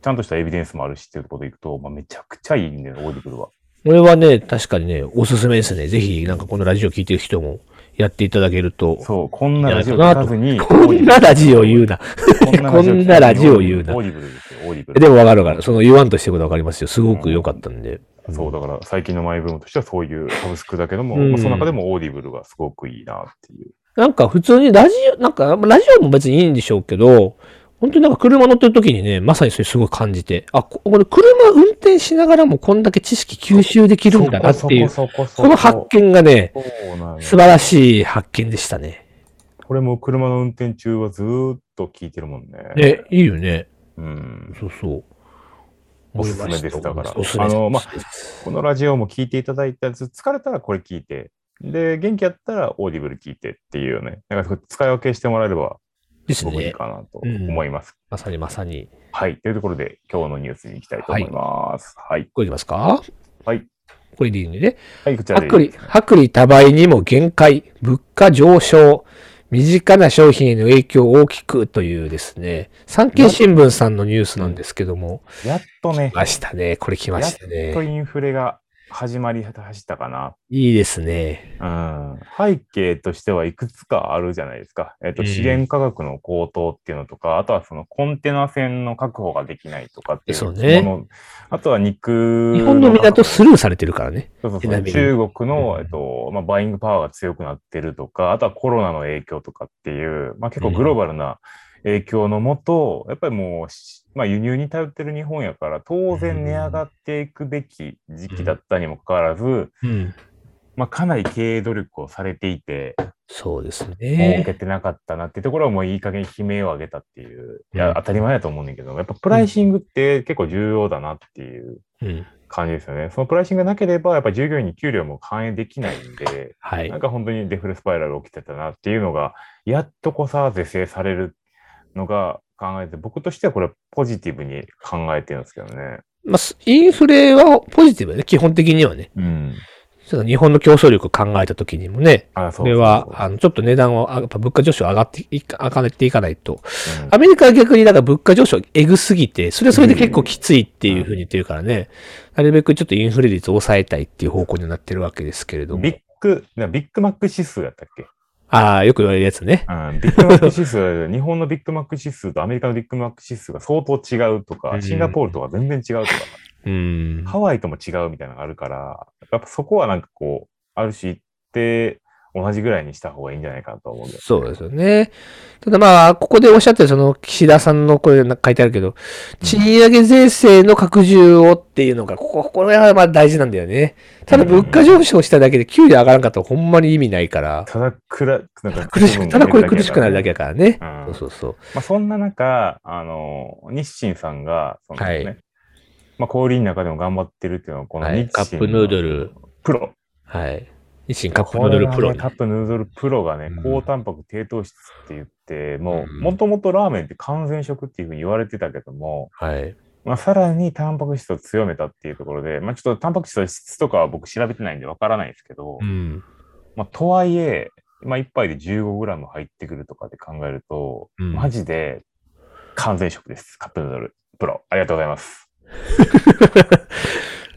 ちゃんとしたエビデンスもあるしっていうところでいくと、まあ、めちゃくちゃいいんだよ、オーディブルは。
俺はね、確かにね、おすすめですね。ぜひ、なんかこのラジオ聞いてる人もやっていただけると。
そう、こんなラジオ聞かずに、
こんなラジオ言うな。
こ
こんなラジオ言うな
オーディブルですよ、オーディブル。
でもわかるわかる。その言わんとしてることわかりますよ。すごく良かったんで。
そう、だから最近のマイブームとしてはそういうサブスクだけども、
うん
まあその中でもオーディブルがすごくいいなっていう。
なんか普通にラジオ、なんかラジオも別にいいんでしょうけど、本当になんか車乗ってる時にね、まさにそれすごい感じて、あ、ここれ車運転しながらもこんだけ知識吸収できるんだなっていう、
そこそこそこそ
この発見がね、
そうなの
素晴らしい発見でしたね。
これも車の運転中はずーっと聞いてるもんね。
ね、いいよね。
うん。
そうそう。
おすすめですだから
おすすめ
あ
です
のまあ
おすすめです
このラジオも聞いていただいたやつ、疲れたらこれ聞いて、で、元気やったらオーディブル聞いてっていうね、なんか使い分けしてもらえれば
です
すごくいい
ね。
かなと
ですねうん
思います。
まさにまさに。
はい。というところで、今日のニュースに行きたいと思います。はい。
これいきますか
はい。
これでいいんでね。
はい、こちらで。
薄利、薄利多売にも限界、物価上昇、身近な商品への影響を大きくというですね、産経新聞さんのニュースなんですけども、
やっとね
来、ましたね。これ来ました
やっと
ね。
インフレが始まり走ったかな。
いいですね。
うん、背景としてはいくつかあるじゃないですか。えっと
うん
資源価格の高騰っていうのとか、あとはそのコンテナ船の確保ができないとかっていう
そうね
ものあとは肉
日本の港スルーされてるからね。
そうそう
ち
そ
な
う
みに
中国
う
の、
ん
えっとまあ、バイングパワーが強くなってるとか、あとはコロナの影響とかっていう、まあ、結構グローバルな影響のもと、やっぱりもうし、まあ、輸入に頼ってる日本やから、当然値上がっていくべき時期だったにもかかわらず、
うん。
まあ、かなり経営努力をされていて、
そうです
儲
ね。
けてなかったなっていうところはもういい加減悲鳴を上げたっていう、い
うん
や、当たり前だと思うんだけど、やっぱプライシングって結構重要だなっていう
うん。
感じですよね。そのプライシングがなければ、やっぱ従業員に給料も反映できないんで、
はい
なん。か本当にデフレスパイラル起きてたなっていうのが、やっとこさ、是正されるのが考えて、僕としてはこれポジティブに考えてるんですけどね。
まあ、すインフレはポジティブだね。基本的にはね。
うん。
ちょっと日本の競争力を考えた時にもね。
あ、そうそうそ
こ
う
れは、あの、ちょっと値段を、あやっぱ物価上昇上がっていか、上がっていかないと。
うん
アメリカは逆に、だから物価上昇エグすぎて、それはそれで結構きついっていうふうに言ってるからね。なるべくちょっとインフレ率を抑えたいっていう方向になってるわけですけれども
ビ。ッグ、なビッグマック指数だったっけ
ああ、よく言われるやつね。
うんビッグマック指数、日本のビッグマック指数とアメリカのビッグマック指数が相当違うと
う
か、
ん
シンガポールとか全然違うとか、
うん。
ハワイとも違うみたいなのがあるから、やっぱそこはなんかこう、ある種一定同じぐらいにした方がいいんじゃないかなと思うんです。
そうですよね。ただまあ、ここでおっしゃってるその岸田さんのこれなんか書いてあるけど、賃上げ税制の拡充をっていうのが、ここ、これはまあ大事なんだよね。ただ物価上昇しただけで給料上がらんかったらほんまに意味ないから、
ただくら、なんか
苦しく、ただこれ苦しくなるだけだからね。
うん
そうそうそう。
まあ、そんな中、あの、日清さんが、そのね、
はい
まあ、小売りの中でも頑張ってるっていうのは、この
は
日清、
い。カップヌード。ル。
プロ。
はい。日清カップヌードルプロ
これはね。カップヌードルプロがね、
うん
高タンパク低糖質って言って、も
う
う、
ん
もともとラーメンって完全食っていうふうに言われてたけども、
はい。
まあ、さらにタンパク質を強めたっていうところで、まあ、ちょっとタンパク質の質とかは僕調べてないんでわからないですけど、
うん。
まあ、とはいえ、まあ、1杯で 15g 入ってくるとかで考えると、
うん
マジで完全食です。カップヌードルプロ。ありがとうございます。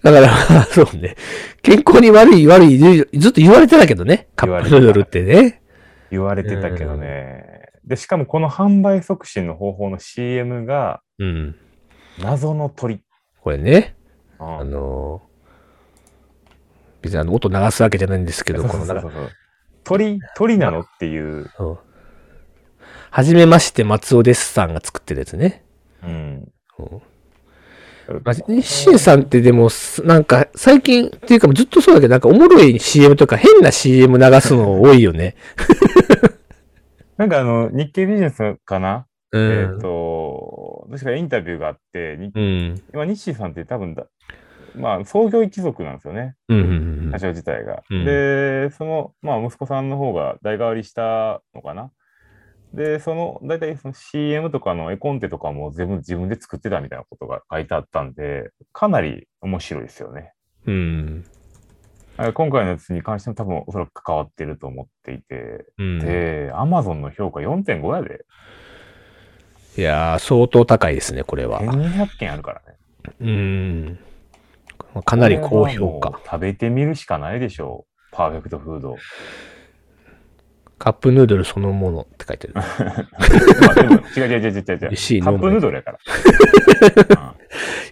だから、 そうね。健康に悪い、悪い、ずっと言われてたけどね。カップヌードルってね。
言われてたけどね。で、しかもこの販売促進の方法の CM が、
うん。
謎の鳥。
これね。
うん
あのー別にあの音流すわけじゃないんですけど、
そう
こ
そう
の
そう
中
そう鳥、鳥なのっていう、
そうはじめまして松尾デスさんが作ってるやつね。
うん。
うんまあ日清
ん。
さんってでも、すなんか最近っていうかずっとそうだけど、なんかおもろい CM とか変な CM 流すの多いよね。
なんかあの、日経ビジネスかな、
う
えっ、
ん。
と、確かインタビューがあって、に
うん。
まあ、日清さんって多分だ、まあ、創業一族なんですよね、
うんうん
社長自体が。
うん
で、その、まあ、息子さんの方が代替わりしたのかな。で、その、大体その CM とかの絵コンテとかも全部自分で作ってたみたいなことが書いてあったんで、かなり面白いですよね。
うん。うん。
あ今回のやつに関しても多分おそらく関わってると思っていて、
うん。
で、アマゾンの評価4.5やで、
いやー、相当高いですね、これは。
1200件あるからね。
うん。かなり
こ
高評
れはも
価。
う食べてみるしかないでしょう。パーフェクトフード。
カップヌードルそのものって書いてる。
まあでも 違う違う違う違う違う。カ
美味しいのも
ップヌードルやから。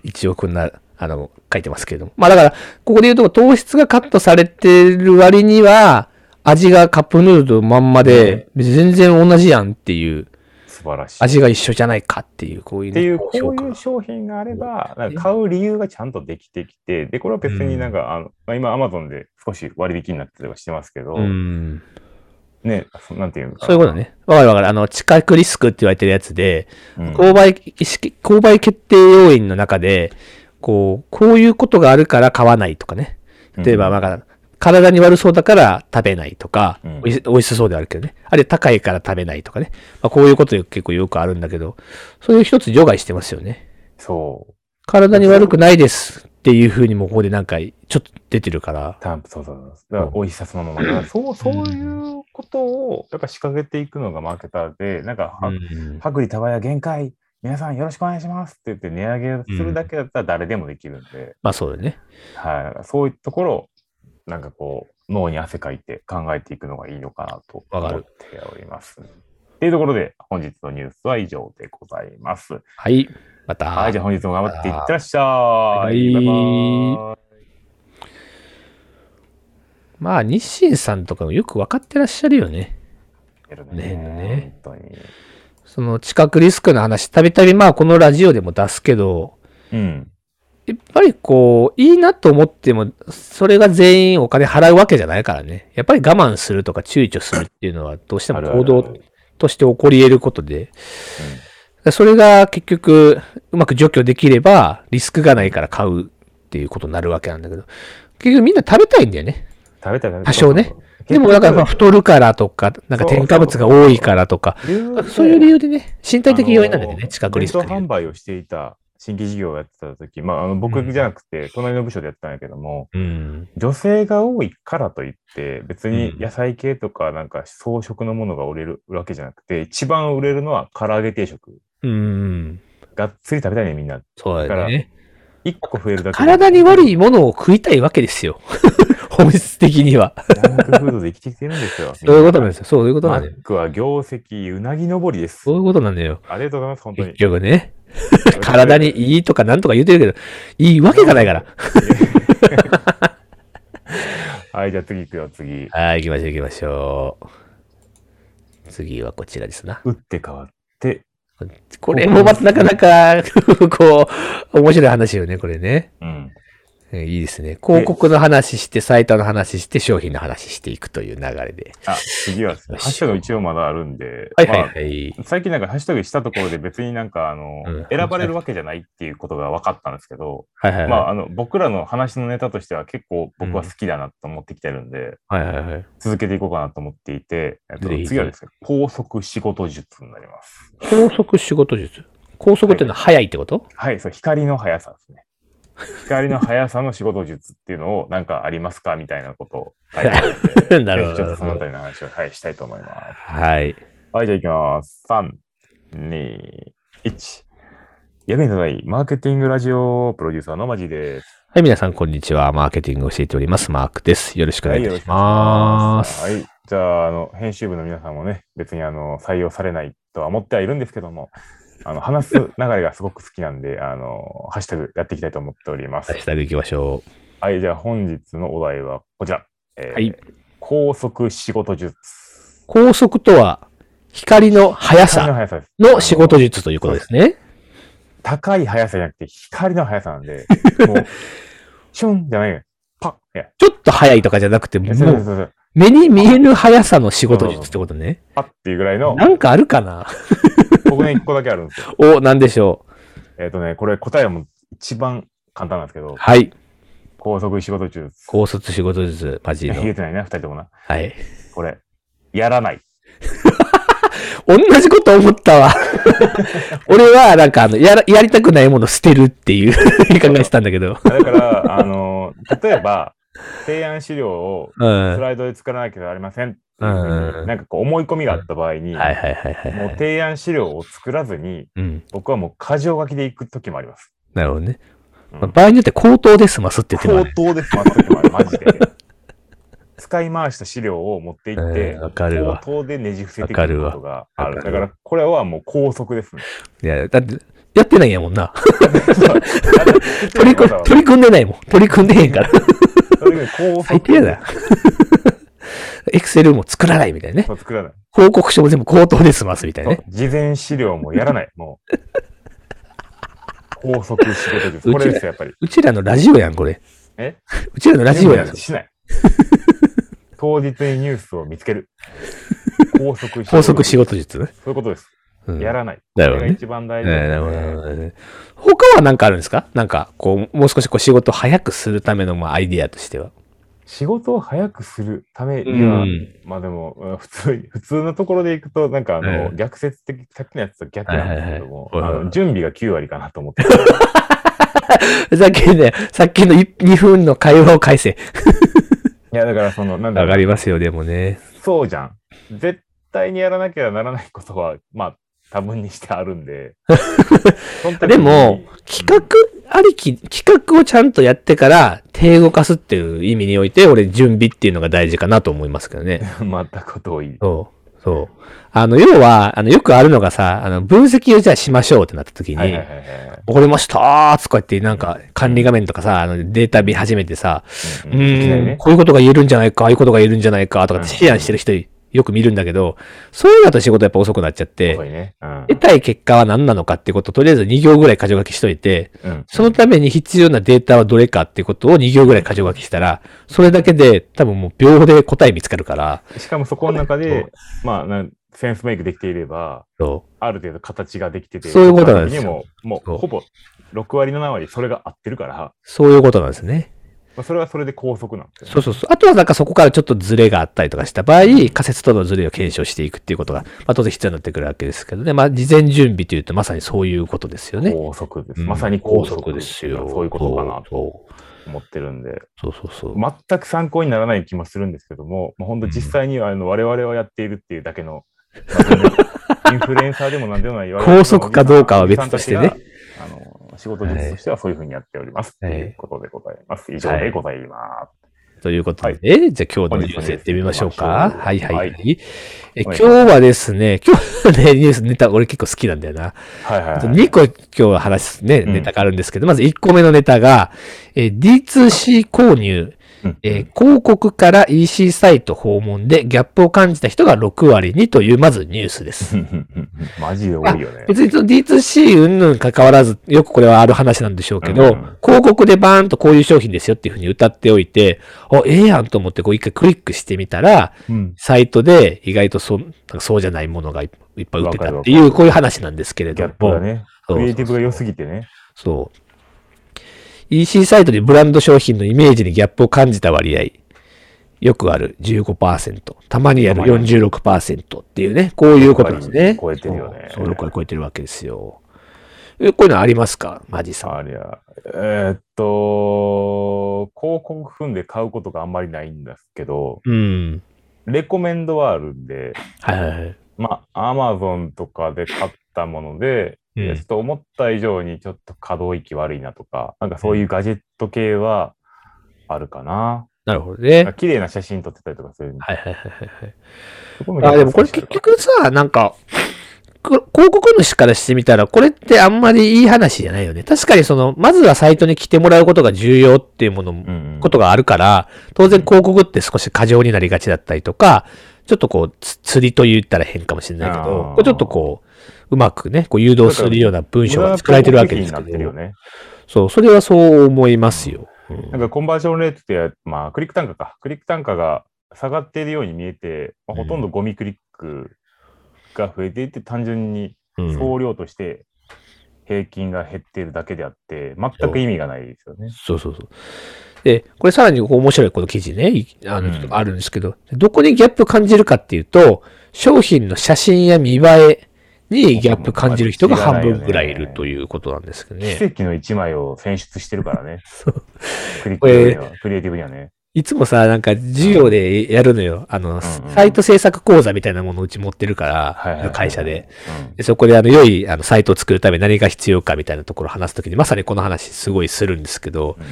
1億な、あの、書いてますけれども。まあだから、ここで言うと、糖質がカットされてる割には、味がカップヌードルのまんまで、全然同じやんっていう、
うん素晴らしい。っ
味が一緒じゃないかっていう、こういう
て
ね、
いう、こう
評価
いう
が
商品があれば、なんか買う理由がちゃんとできてきて、で、これは別になんか、あのまあ、今、アマゾンで少し割引になってたりはしてますけど、
うん。
ね、そなんていうのかな。
そういうことね。わかるわかる。あの、近くリスクって言われてるやつで、
うん
購買意識、購買決定要因の中で、こう、こういうことがあるから買わないとかね。例えば、なんか、体に悪そうだから食べないとか、
うん
おい美味しそうではあるけどね。あるいは高いから食べないとかね。まあ、こういうことよ結構よくあるんだけど、そういう一つ除外してますよね。
そう。
体に悪くないですっていうふうにもここでなんか、ちょっと出てるから。
タンプ、そうそうそう。だから美味しさそのまま。だからそう、そういうこことを、やっぱ仕掛けていくのがマーケターで、なんか、は
うん
薄利多売は限界、皆さんよろしくお願いしますって言って値上げするだけだったら誰でもできるんで、
まあそうだよね。
はい、そういうところを、なんかこう、脳に汗かいて考えていくのがいいのかなと
わ
思
かる
っております。っていうところで、本日のニュースは以上でございます。
はい。また。
はい、じゃあ本日も頑張っていってらっしゃ。
はいい
バイバーイ。
まあ、日清さんとかもよく分かってらっしゃるよね。
やる
ねえね
本当に。
その、知覚リスクの話、たびたびまあ、このラジオでも出すけど、
うん。
やっぱりこう、いいなと思っても、それが全員お金払うわけじゃないからね。やっぱり我慢するとか躊躇するっていうのは、どうしても
あるある
行動として起こり得ることで、
うん
それが結局、うまく除去できれば、リスクがないから買うっていうことになるわけなんだけど、結局みんな食べたいんだよね。
食べたい食べたい
多少ね
そうそうそう
でもなんかまあ太るからとか、なんか添加物が多いからとか、
理由で
そういう理由でね、身体的要因なんだよ
あの
ね、近くリスク
弁当販
で。
売をしていた新規事業をやってた時、まあ、あの僕じゃなくて、隣の部署でやってたんやけども、
うん。
女性が多いからといって、別に
うん
野菜系とかなんか装飾のものが売れるわけじゃなくて、一番売れるのは唐揚げ定食。
うん。
がっつり食べたいね、みんな。
そうだよね。
一個増えるだけで。
体に悪いものを食いたいわけです よ。本質的には。
ジャンクフードで生きてきてるんですよ。。
そういうことなんですすよ。そういうこと
マ
なんだよ。
ックは業績、うなぎ登りです
そ。ういうことなんだよ。
ありがとうございます、本当
結
に。
局ね。体にいいとかなんとか言うてるけど、いいわけがないから。
はい、じゃあ次行くよ、次。
はい、行きましょう行きましょう。次はこちらですな。
打って変わって、
これもまたなかなか、 こう、面白い話よね、これね。
うん。
えーいいですね。広告の話して、サイトの話して、商品の話していくという流れで。
あ、次は ですね、
よし
ハッシュタグ一応まだあるんで、
はいはい
ま
はい。
あ最近なんかハッシュタグしたところで別になんかあの、
うん
選ばれるわけじゃないっていうことが分かったんですけど、
はいはい
ま
は
ああの僕らの話のネタとしては結構僕は好きだなと思ってきてるんで、
い。はいはいはい。
続けていこうかなと思っていて、えっと
ぜひ
次はですね、高速仕事術になります。
高速仕事術。高速っていうのは早いってこと、
はい、そう、光の速さですね。光の速さの仕事術っていうのをなんかありますかみたいなことを書いてあるんで
なるほど
ぜひちょっとそのあたりの話を、はい、したいと思います。
はい。
はい、じゃあ行きます。3、2、1。やめのないマーケティングラジオプロデューサーのマジです。
はい、皆さんこんにちは。マーケティングを教えております。マークです。よろしくお願いいたし
は
ま
い
す。
はい、じゃあ、あの、編集部の皆さんもね、別にあの、採用されないとは思ってはいるんですけども、あの、話す流れがすごく好きなんで、あの、ハッシュタグやっていきたいと思っております
ハッ。シュタグ行きましょう。
はい、じゃあ本日のお題はこちら。えー
はい
高速仕事術。
高速とは、光の速
光の
さ
速さです。
の仕事術ということですね。
高い速さじゃなくて光の速さなん で、もう、シュンじゃないよ。パッ。いや、
ちょっと早いとかじゃなくて、も
そうそうそう
う
そう。
目に見えぬ速さの仕事術ってことね。
パッっていうぐらいの、
なんかあるかな
僕ね、一個だけあるんですよ。
お、なんでしょう。
えっ、とね、これ答えはもう一番簡単なんですけど、
はい。
高速仕事中。
高卒仕事術、マジ
言
の。
えてないな、二人ともな。
はい。
これ、やらない。
同じこと思ったわ。 俺は、なんか、あの、やら、やりたくないもの捨てるっていう 考えてたんだけど。
だ から、あの、例えば、提案資料を
うん。は
ス
い
ライドで作らなければありませんっていう
うん
なんかこう思い込みがあった場合に、
はいはいはい
もう
はい。
提案資料を作らずに、
うん。
僕はもう箇条書きで行く時もあります。
なるほどね。
うん
まあ、場合によって口頭で済ますって言っても
口
ね。
頭です、待っててもあれマジで。使い回した資料を持っていって、
うんわかるわ
口頭でねじ伏せていくことがある。だ
わかるわわかる
か
わ
ら、これはもう高速ですね。
いや、だって、やってないんやもんな。取
取
り組、 取り組んでないもん。取り組んでへんから。
高
最
速
低や な。エクセルも作らないみたいなね。
そう作らない、
報告書も全部口頭で済ますみたいなね。
事前資料もやらない。もう。高速仕事術。これですよ、やっぱり。
うちらのラジオやん、これ。
え
うちらのラジオやん。
しない。当日にニュースを見つけ る。高速仕事術
高速仕事術。
そういうことです。
うん
やらない。
なるほどね
これが一番大事
えー
で
な
す
るほ
ね
どなるほどね他は何かあるんですかなんか、こう、もう少しこう仕事を早くするためのまあアイディアとしては。
仕事を早くするためには、
うん
まあでも、うん普通に、 普通のところでいくと、なんかあの、
うん
逆説的、さっきのやつと逆なんですけども、
はいはいは
あ
いうん
の準備が9割かなと思って、
さっきね、さっきの2分の会話を返せ。
いや、だからその、なんだ
わ
ろ
か
う、
りますよ、でもね。
そうじゃん。絶対にやらなきゃならないことは、まあ、多分にしてあるん で。その時に
でも、企画ありき、企画をちゃんとやってから、手動かすっていう意味において、俺、準備っていうのが大事かなと思いますけどね。
またことを言い。
そう。そう。あの、要は、あの、よくあるのがさ、あの、分析をじゃあしましょうってなった時に、
はいはいはいはい。
わかりましたーつこうやって、なんか、管理画面とかさ、あの、データ見始めてさ、
う
うん
うんいきなり
ーん、
ね。
こういうことが言えるんじゃないか、ああいうことが言えるんじゃないか、とか
う
っ
ん
て提案してる人よく見るんだけど、そういうのだと仕事やっぱ遅くなっちゃって
こ、いね。うん
得たい結果は何なのかってことをとりあえず2行ぐらい箇条書きしといて、
うん。
そのために必要なデータはどれかってことを2行ぐらい箇条書きしたら、それだけで多分もう秒で答え見つかるから、
しかもそこの中
そ
で、まあなん、センスメイクできていれば、
そ
ある程度形ができてて、
そういうことなんですよ
もう、も
そう
うほぼ6割、7割それが合ってるから、ま
うそういうことなんですね。
あ、それはそれで高速なんですよね
そうそうそう。あとはなんかそこからちょっとズレがあったりとかした場合、仮説とのズレを検証していくっていうことが、まあ当然必要になってくるわけですけどね。まあ事前準備というとまさにそういうことですよね。
高速です。
うん
まさに高速
高ですよ。
そういうことかなと
そう
思ってるんで、
そうそうそうそう。
全く参考にならない気もするんですけども、まあ、本当
うん
実際にはあの我々はやっているっていうだけ の、謎のインフルエンサーでも何でもない
高速かどうかは別としてね。
あの仕事術としてはそういうふうにやっております。
はい
ということでございます。以上でございます。
ということで、じゃあ今日のニュースやってみましょうか。は
はいい
はいは。
はいい
え
お願い
今日
します
はですね、今日のね、ニュースネタ俺結構好きなんだよな。
はいはい、はい。
2個今日話すね、
うん
ネタがあるんですけど、まず1個目のネタが、えー D2C 購入、
うん
えー広告から EC サイト訪問でギャップを感じた人が6割にという、まずニュースです。
マジで多いよね。
別にその D2C 云々関わらず、よくこれはある話なんでしょうけど、
うんうん
広告でバーンとこういう商品ですよっていうふうに歌っておいて、あ、ええやんと思ってこう一回クリックしてみたら、
うん。
サイトで意外とそう、なんかそうじゃないものがいっいっぱい売ってたっていう、こういう話なんですけれ
ギ
ど
ャ
も
ッ。プがね、
そうそうそう
クリエイティブが良すぎてね。
そう。EC サイトでブランド商品のイメージにギャップを感じた割合。よくある15%。たまにある46%っていうね。こういうことですね。
6割超えてるよね
そう、6割超えてるわけですよ。えこういうのありますかマジさん。
ありゃ、えーっと、広告踏んで買うことがあんまりないんですけど、
うん。
レコメンドはあるんで、
はいはいはい。
まあ、アマゾンとかで買ったもので、
う
ちょっと思った以上にちょっと可動域悪いなとか、なんかそういうガジェット系はあるかな。
なるほどね。
綺麗な写真撮ってたりとかするんで
はいはいはいはい
そこも
はい。あ、でもこれ
結
結
構
局さ、なんか、こ広告主からしてみたら、これってあんまりいい話じゃないよね。確かにその、まずはサイトに来てもらうことが重要っていうものも
うんうん
ことがあるから、当然広告って少し過剰になりがちだったりとか、ちょっとこう、つ釣りと言ったら変かもしれないけ
あ
ど
ー、
こうちょっとこう、うまくね、こう誘導するような文章が作られてるわけですけ
無駄な広告費になってるよ
ど、
ね。
そう、それはそう思いますよ。うん
なんかコンバージョンレートって、まあ、クリック単価か。クリック単価が下がっているように見えて、まあ、
うん
ほとんどゴミクリックが増えていって、単純に
うん
総量として平均が減っているだけであって、全く意味がないですよね。
そうそうそう。で、これさらにこう面白いこの記事ね、いあの、
うん
ちょっとあるんですけど、どこにギャップ感じるかっていうと、商品の写真や見栄えにギャップ感じる人が半分ぐらいいるということなんですけど
奇
ね。
跡の一枚を選出してるからね。
そう
クリックには、クリエイティブにはね。
いつもさ、なんか授業でやるのよ。あの、サイト制作講座みたいなものをうち持ってるから、
はいはいはい
会社で。。
うん
でそこであの、良いあのサイトを作るために何が必要かみたいなところを話すときに、まさにこの話すごいするんですけど、
うんうん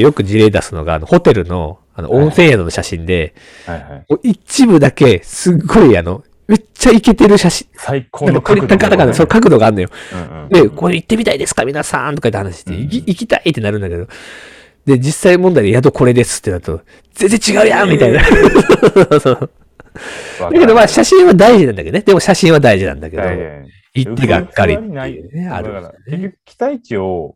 よく事例出すのが、あの、ホテルの、あの、温泉宿の写真で、
はいはい。
こう一部だけ、すっごいあの、めっちゃイケてる写真。
最高
なん
の
かこれ、
角
だ
度
からかな、その角度があるのよ。
うんうん
で、これ行ってみたいですか皆さんとかって話して、
うんうん
行き行きたいってなるんだけど、で、実際問題で宿これですってなると、全然違うやんみたいな。そうそう
わか
だ
る
けどまあ写真は大事なんだけどね。でも写真は大事なんだけど、
はいはい
行ってがっかりって
嘘偽りない
いうね、あ
だか
る
ら、結局期待値を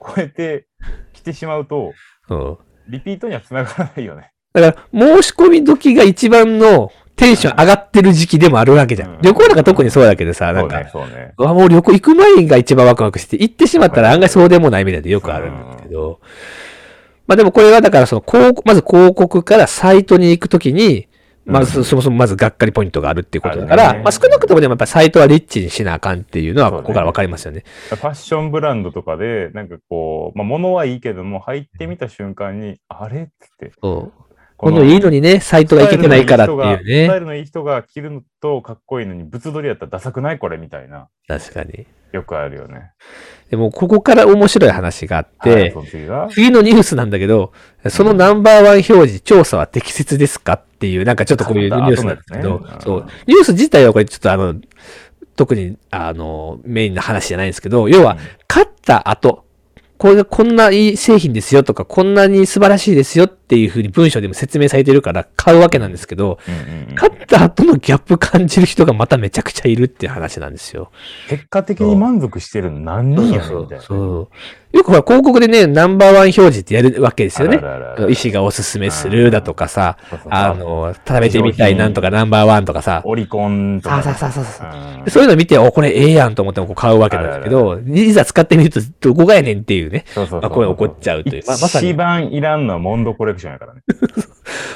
超えて来てしまうと、
うん。
リピートには繋がらないよね。
だから申し込み時が一番のテンション上がってる時期でもあるわけじゃ。
うんん
旅行なんか特にそうだけどさ、なんか、
そうね、そうね。
あ、もう旅行行く前が一番ワクワクして、行ってしまったら案外そうでもないみたいでよくあるんですけど。まあでもこれはだからその広告、まず広告からサイトに行くときに、ま
う
ず
ん
そもそもまずがっかりポイントがあるっていうことだから、
あるね
まあ少なくともでもやっぱサイトはリッチにしなあかんっていうのは
そう
こ
ね
こからわかりますよね。
ファッションブランドとかで、なんかこう、まあ、物はいいけども、入ってみた瞬間に、あれっつって、
そう。このいいのにね、サイトがいけてないからっていう
スタイ
ね。
ルのいい人が着るのとかっこいいのに、物撮りやったらダサくないこれみたいな。
確かに。
よくあるよね。
でも、ここから面白い話があって、
はい、その次が。
次のニュースなんだけど、そのナンバーワン表示、調査は適切ですかっていう、なんかちょっとこういうニュースなんですけ
そ
ど
うだ、
そ
後のやつ
う
ね。
ニュース自体はこれちょっとあの、特に、あの、メインの話じゃないんですけど、要は、勝った後、これがこんないい製品ですよとか、こんなに素晴らしいですよっていうふうに文章でも説明されてるから買うわけなんですけど、
うんうんうん
勝った後のギャップ感じる人がまためちゃくちゃいるっていう話なんですよ。
結果的に満足してるの何人やねんみたいな。
そう。よくほら、広告でね、ナンバーワン表示ってやるわけですよね。
あらららら
あの医師がおすすめするだとかさ
そうそう、そう
あの、食べてみたいなんとかナンバーワンとかさ。
オリコンとか。
あそうそうそうそう。
うん
でそういうの見て、お、これええやんと思ってもこう買うわけなんですけど、いざ使ってみると、どこがやねんっていうね。
そうそう
まあこれ怒っちゃうというまあまさに
一番いらんのはモンドコレクションやからね。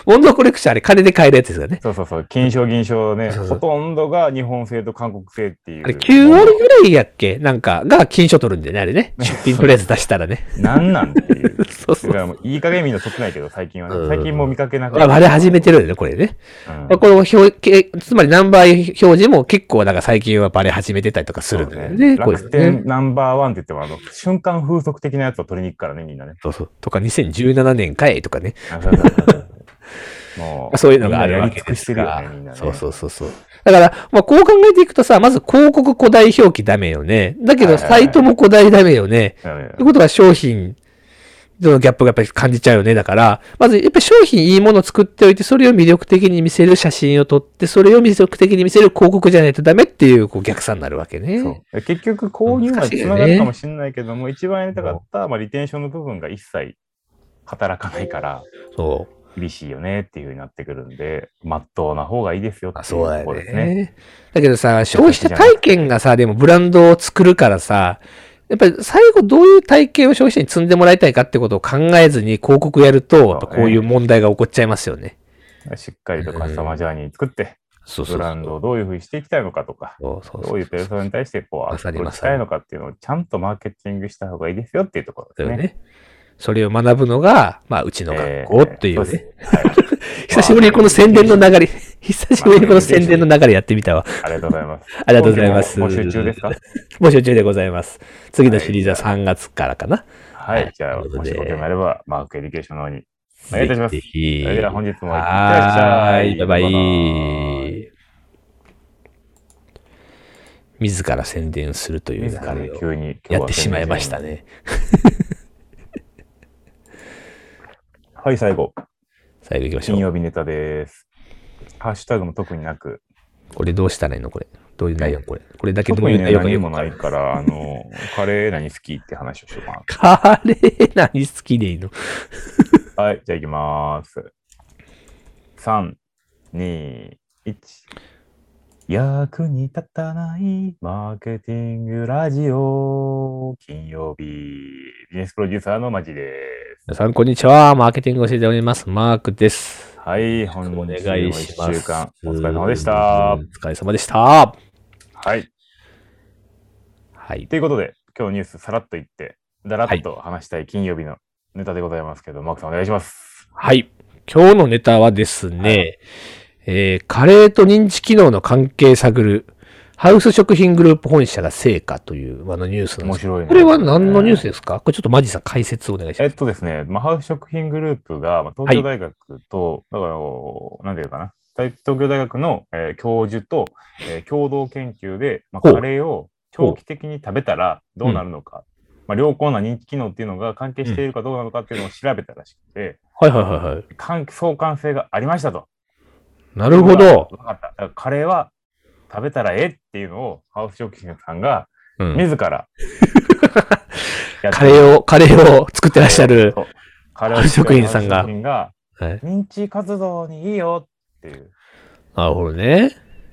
モンドコレクションあれ、金で買えるやつですよね。
そうそうそう。金賞銀賞ね。
そうそう
ほとんどが日本製と韓国製っていう。
あれ、9割ぐらいやっけなんか、が金賞取るんだよね、あれね。出品とりあえず出したら ね。
なんなんって いう。
そうそ
だか
う。
らもういい加減みんな撮ってないけど、最近は
うん
ね。最近もう見かけなく
まあ、あれ始めてるよね、これね。
うん
まあこの表けつまりナンバー表示も結構なんか最近はバレ始めてたりとかするんだよ
そう
ね。こういう
楽
のね
天ナンバーワンって言っても、あの、瞬間風速的なやつを取りに行くからね、みんなね。
そうそう。とか2017年かいとかね。
あそうそうそうそうも
そういうのがあるわけで
み
す
んな
が
やり尽くしてるよねみんな。ね
そうそうそうそう。だから、まあこう考えていくとさ、まず広告古代表記ダメよね。だけ
はい
ど
はいは
サ
い
イトも古代ダメよね。
いやいや
ってことは商品とのギャップがやっぱり感じちゃうよね。だから、まずやっぱり商品いいものを作っておいて、それを魅力的に見せる写真を撮って、それを魅力的に見せる広告じゃないとダメっていうこう逆算になるわけね。
そう結局、購入までつながるかもしれないけども、一番やりたかった、まあ、リテンションの部分が一切働かないから、
そう。
厳しいよねっていうふうになってくるんで、まっとうな方がいいですよ
あ
ってい
そう
う
だ
とこ
よ
ろですね。
ね。だけどさ、消費者体験がさ、でもブランドを作るからさ、やっぱり最後どういう体験を消費者に積んでもらいたいかってことを考えずに広告やると、やっぱこういう問題が起こっちゃいますよね。
しっかりとカスタマージャーニー作って、
そう
ブランドをどういうふうにしていきたいのかとか、
そうそう
どういうペルソナに対してこうア
ま
プ
さに
ローチしたいのかっていうのをちゃんとマーケティングした方がいいですよっていうところで
だ
す
よ
ね。
ね。それを学ぶのが、まあ、うちの
え
学
ー
校っていう
そで
ね。
すはい
久しぶりにこの宣伝の流れ、 久しぶりにこの宣伝の流れやってみたわ。
ありがとうございます。
ありがとうございます。
今期も募集中ですか
募集中でございます。次のシリーズは3月からかな。
はい。
はい
じゃあ、
ということ
も
で
しご興味あれば、マークエデュケーションの方にお願いいたします。
ぜひ
それでは本日もいって
は
らっしゃ
ー
い
い、バイバ
バイバ
イ。自ら宣伝するという
自ら
流れを
急に
やってしまいました。ね。
今日は宣伝はい、最後。
最後行きまし
金
ょう。
曜日ネタです。ハッシュタグも特になく、
これどうしたらいいのこれ。どういう内容これ。これだけど
特
ういう
に
内
ね、
容か
何
よく
もないから、あの、カレー何好きって話をしようか
カレー何好きでいいの
な。はい、じゃあ行きます。3、2、1。役に立たないマーケティングラジオ金曜日ビジネスプロデューサーのマジです。
皆さん、こんにちは。マーケティングを教えております。マークです。
はい、本日も
お願いし
1
ます。
週間お疲れ様でした
お。疲れ様でした。
はい、
はい。
ということで、今日ニュースさらっといって、だらっと話したい金曜日のネタでございますけど、マークさんお願いします。
はい。今日のネタはですね、えーカレーと認知機能の関係探る、ハウス食品グループ本社が成果というあのニュースなんですけど
面白いね
これは何のニュースですかこれちょっとマジさん解説お願いし
え
ま
っとですね、まあ、ハウス食品グループが、まあ、東京大学と、だから、なんていうかな、大東京大学の、えー教授と、えー共同研究で、まあ、
ほう
カレーを長期的に食べたらどうなるのか、まあ、良好な認知機能っていうのが関係しているかどうなのかっていうのを調べたらしくて、
す。はいはいはいはい。
関相関性がありましたと。
なるほど。
わかった。だからカレーは食べたらええっていうのをハウス食品さんが
うん、
自 ら、やって
カレーを、カレーを 作ってらっしゃる。
そうカレ
ハウス食品さんが
ハウス食品が
はい、
認知活動にいいよっていう。
なるほどね。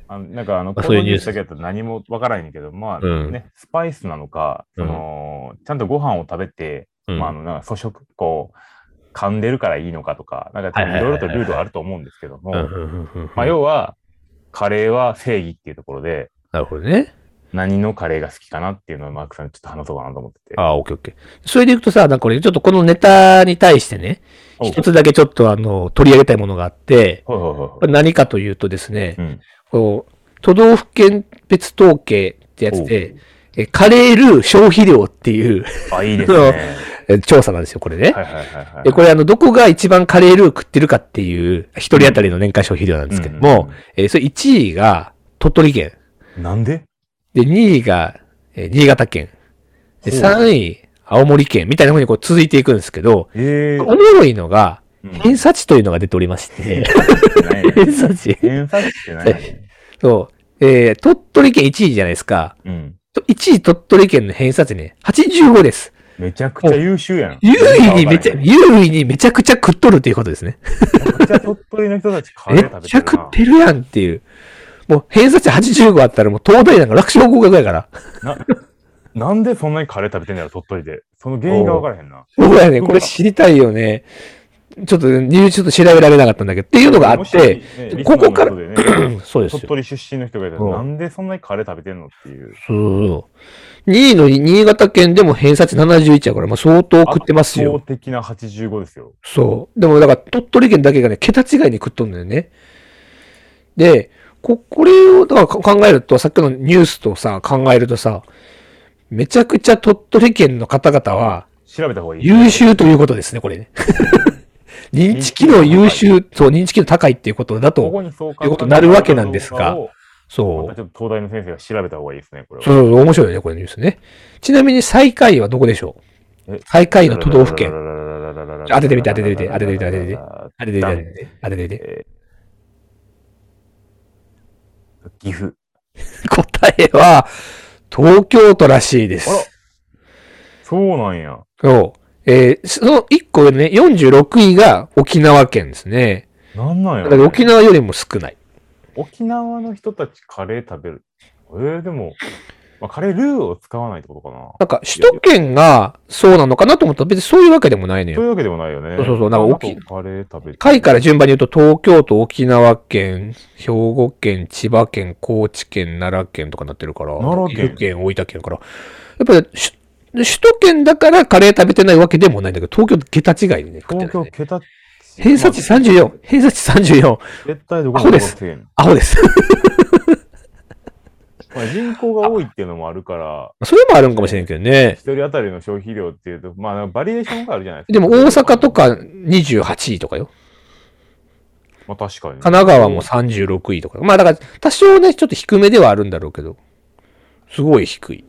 あのなんかあの、
あそういうニュース
だけだと何もわからないんだけど、まあね、
うん
スパイスなのか、その、ちゃんとご飯を食べて、
うん
まあ、あの、なんか粗食、こう、噛んでるからいいのかとか、なんか
はいはい
い
は
ろ
いはい
いろとルールはあると思うんですけども、
うんうんうんうん
まあ、要は、カレーは正義っていうところで、
なるほどね。
何のカレーが好きかなっていうのをマークさんにちょっと話そうかなと思ってて。
ああ、オッケーオッケー。それでいくとさ、なんかこれ、ちょっとこのネタに対してね、
おう
一つだけちょっとあの、取り上げたいものがあって、
ほいほいほい
こ
ほい。
れ何かというとですね、
うん。
こう都道府県別統計ってやつで、えカレールー消費量っていう
あ、いいです ね。
え調査なんですよ、これね。
はいはいはいはい。
でこれ、あの、どこが一番カレールー食ってるかっていう、一人当たりの年間消費量なんですけど
うんうんうん
も
うん、
えーそれ1位が鳥取県。
なんで
で、2位が、えー新潟県。で、
ほう
3位、青森県みたいな風にこう続いていくんですけど、
ええ
おもろいのが、
うん
偏差値というのが出ておりまして、
ないね
偏差値
偏差値ってないよね。
そう、えー鳥取県1位じゃないですか。
うん。
1位鳥取県の偏差値ね、85です。
めちゃくちゃ優秀やん。
優位にめちゃ、
め
優位にめちゃくちゃ食っとるっていうことですね。
ちゃ鳥取の人たちカレ
め
ー
っ
食べ
ちゃ
て
食
る
ってるやんっていう。もう偏差値85あったらもう東大なんか楽勝合格やから。
な。ななんでそんなにカレー食べてんのやろ、鳥取で。その原因がわからへんな。
そうやね、これ知りたいよね。ちょっと、理由ちょっと調べられなかったんだけど、っていうのがあ
も
っ
しね
て、ここから
リスナーの人でね
そうです
鳥
よ。
取出身の人がいたら、
うん
なんでそんなにカレー食べてんのっていう。
そうそうそう。2位の新潟県でも偏差値71やから、まあ相当食ってます
圧
よ。
倒的な85ですよ。
そう。でもだから鳥取県だけがね、桁違いに食っとんだよね。で、こ、これを、だからか考えると、さっきのニュースとさ、考えるとさ、めちゃくちゃ鳥取県の方々は
調べた方がいい。
優秀ということですね、これね。 認知機能優秀、そう、認知機能高いっていうことだ、
ことこにそう
いうことになるわけなんですがそ
また
う。
ちょっと東大の先生が調べた方がいいですね、これ
そう
は。
そうそう、面白いよね、これニュースね。ちなみに最下位はどこでしょう
え
最下位の都道府県。
当
当ててみて当ててみて当ててみて当ててみてあれで、あれで、あれで。
岐阜。
答えは、東京都らしいで
あら
す。
そうなんや。
そう。えーその1個上のね、46位が沖縄県ですね。
なんなんや
だ
ろ
か
ね、
ら沖縄よりも少ない。
沖縄の人たちカレー食べる。えー、でも、まあ、カレールーを使わないってことかな。
なんか、首都圏がそうなのかなと思ったら別にそういうわけでもないの
そうい
よ。
うわけでもないよね。
そうそうそうなんか沖
沖カレー食べて。
下位から順番に言うと、東京都、沖縄県、兵庫県、千葉県、高知県、奈良県とかなってるから、
奈良県
岐阜県、大分県から。やっぱり、し首都圏だからカレー食べてないわけでもないんだけど、東京桁違いでね、食って
東
な
京
い、ね。
桁、
偏差値34、偏差値34、
絶対どこ
アホ
も
で
ですすま
アホです。
あ、人口が多いっていうのもあるから、
それもあるんかもしれんけどね
一。人当たりの消費量っていうと、まあ、バリエーションがあるじゃない
で
です
も
か。
大阪と。か28位とかよ。
まあ、確かに。
神奈川も36位とか。まあだから多少ね、ちょっと低めではあるんだろうけど。すごい低い。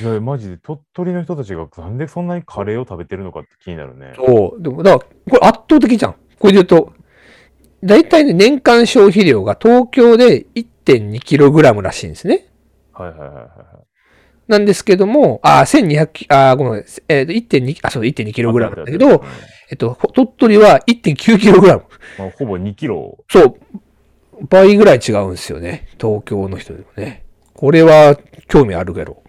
いやマジで鳥取の人たちがなんでそんなにカレーを食べてるのかって気になるね。
そう。でも、だから、これ圧倒的じゃん。これで言うと、大体ね、年間消費量が東京で 1.2kg らしいんですね。
はいはいはいはいはい。
なんですけども、あ、1200、あ、ごめんなさい、えっ、と、1.2、あ、そう、1.2kg なんだけ
うん
ど、えっと、鳥取は 1.9kg。
まあ、ほぼ2キロ。
そう。倍ぐらい違うんですよね。東京の人でもね。これは興味あるけど。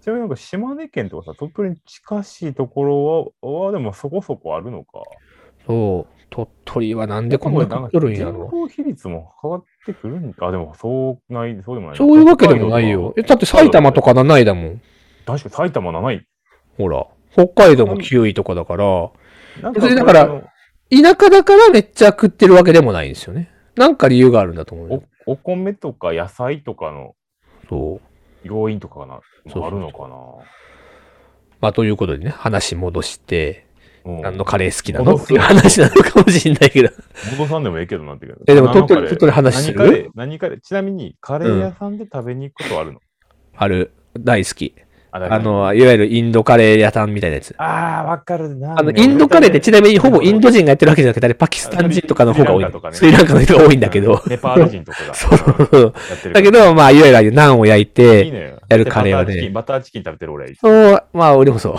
ちなみになんか島根県とかさ、鳥取に近しいところは、はでもそこそこあるのか。
そう。鳥取はなんでこんなことるんや
人
ろ
口比率も変わってくるんか。あ、でもそうない、そうでもない。
そういうわけでもないよ。え、だって埼玉とか7位だもん。
確かに埼玉7位。
ほら。北海道も9位とかだから、
なん
別にだから
これ
田舎だからめっちゃ食ってるわけでもないんですよね。なんか理由があるんだと思う
あの
よ。
おお米とか野菜とかの
そう。
要因とかがな
そうそうそう
あるのか
まあ、ということでね、話戻して、
な。うん
何のカレー好きなのっていう話なのかもしれないけど。
戻さんでもええけどなってけど。
えでも
何のカレー
鳥取鳥取話して
何
る
カレー何カレーちなみに、カレー屋さんで食べに行くことはあるの、
ある、大好き。
あだか
あ
ら
の、いわゆるインドカレー屋さんみたいなやつ。
あー、わかるな。
あの、インドカレーってちなみにほぼインド人がやってるわけじゃなくて、あれパキスタン人とかの方が多
スリ
い
ランカとか。ね
スリランカの人が多いんだけど。
ネパール人とかが。
そうそうそう。
やってるから
だけど、まあ、いわゆるああいうナンを焼い
いい
て、
のよ。
やるカレーはね
でバターチキンバターチキン食べてる俺。一
そう、まあ、俺も そう。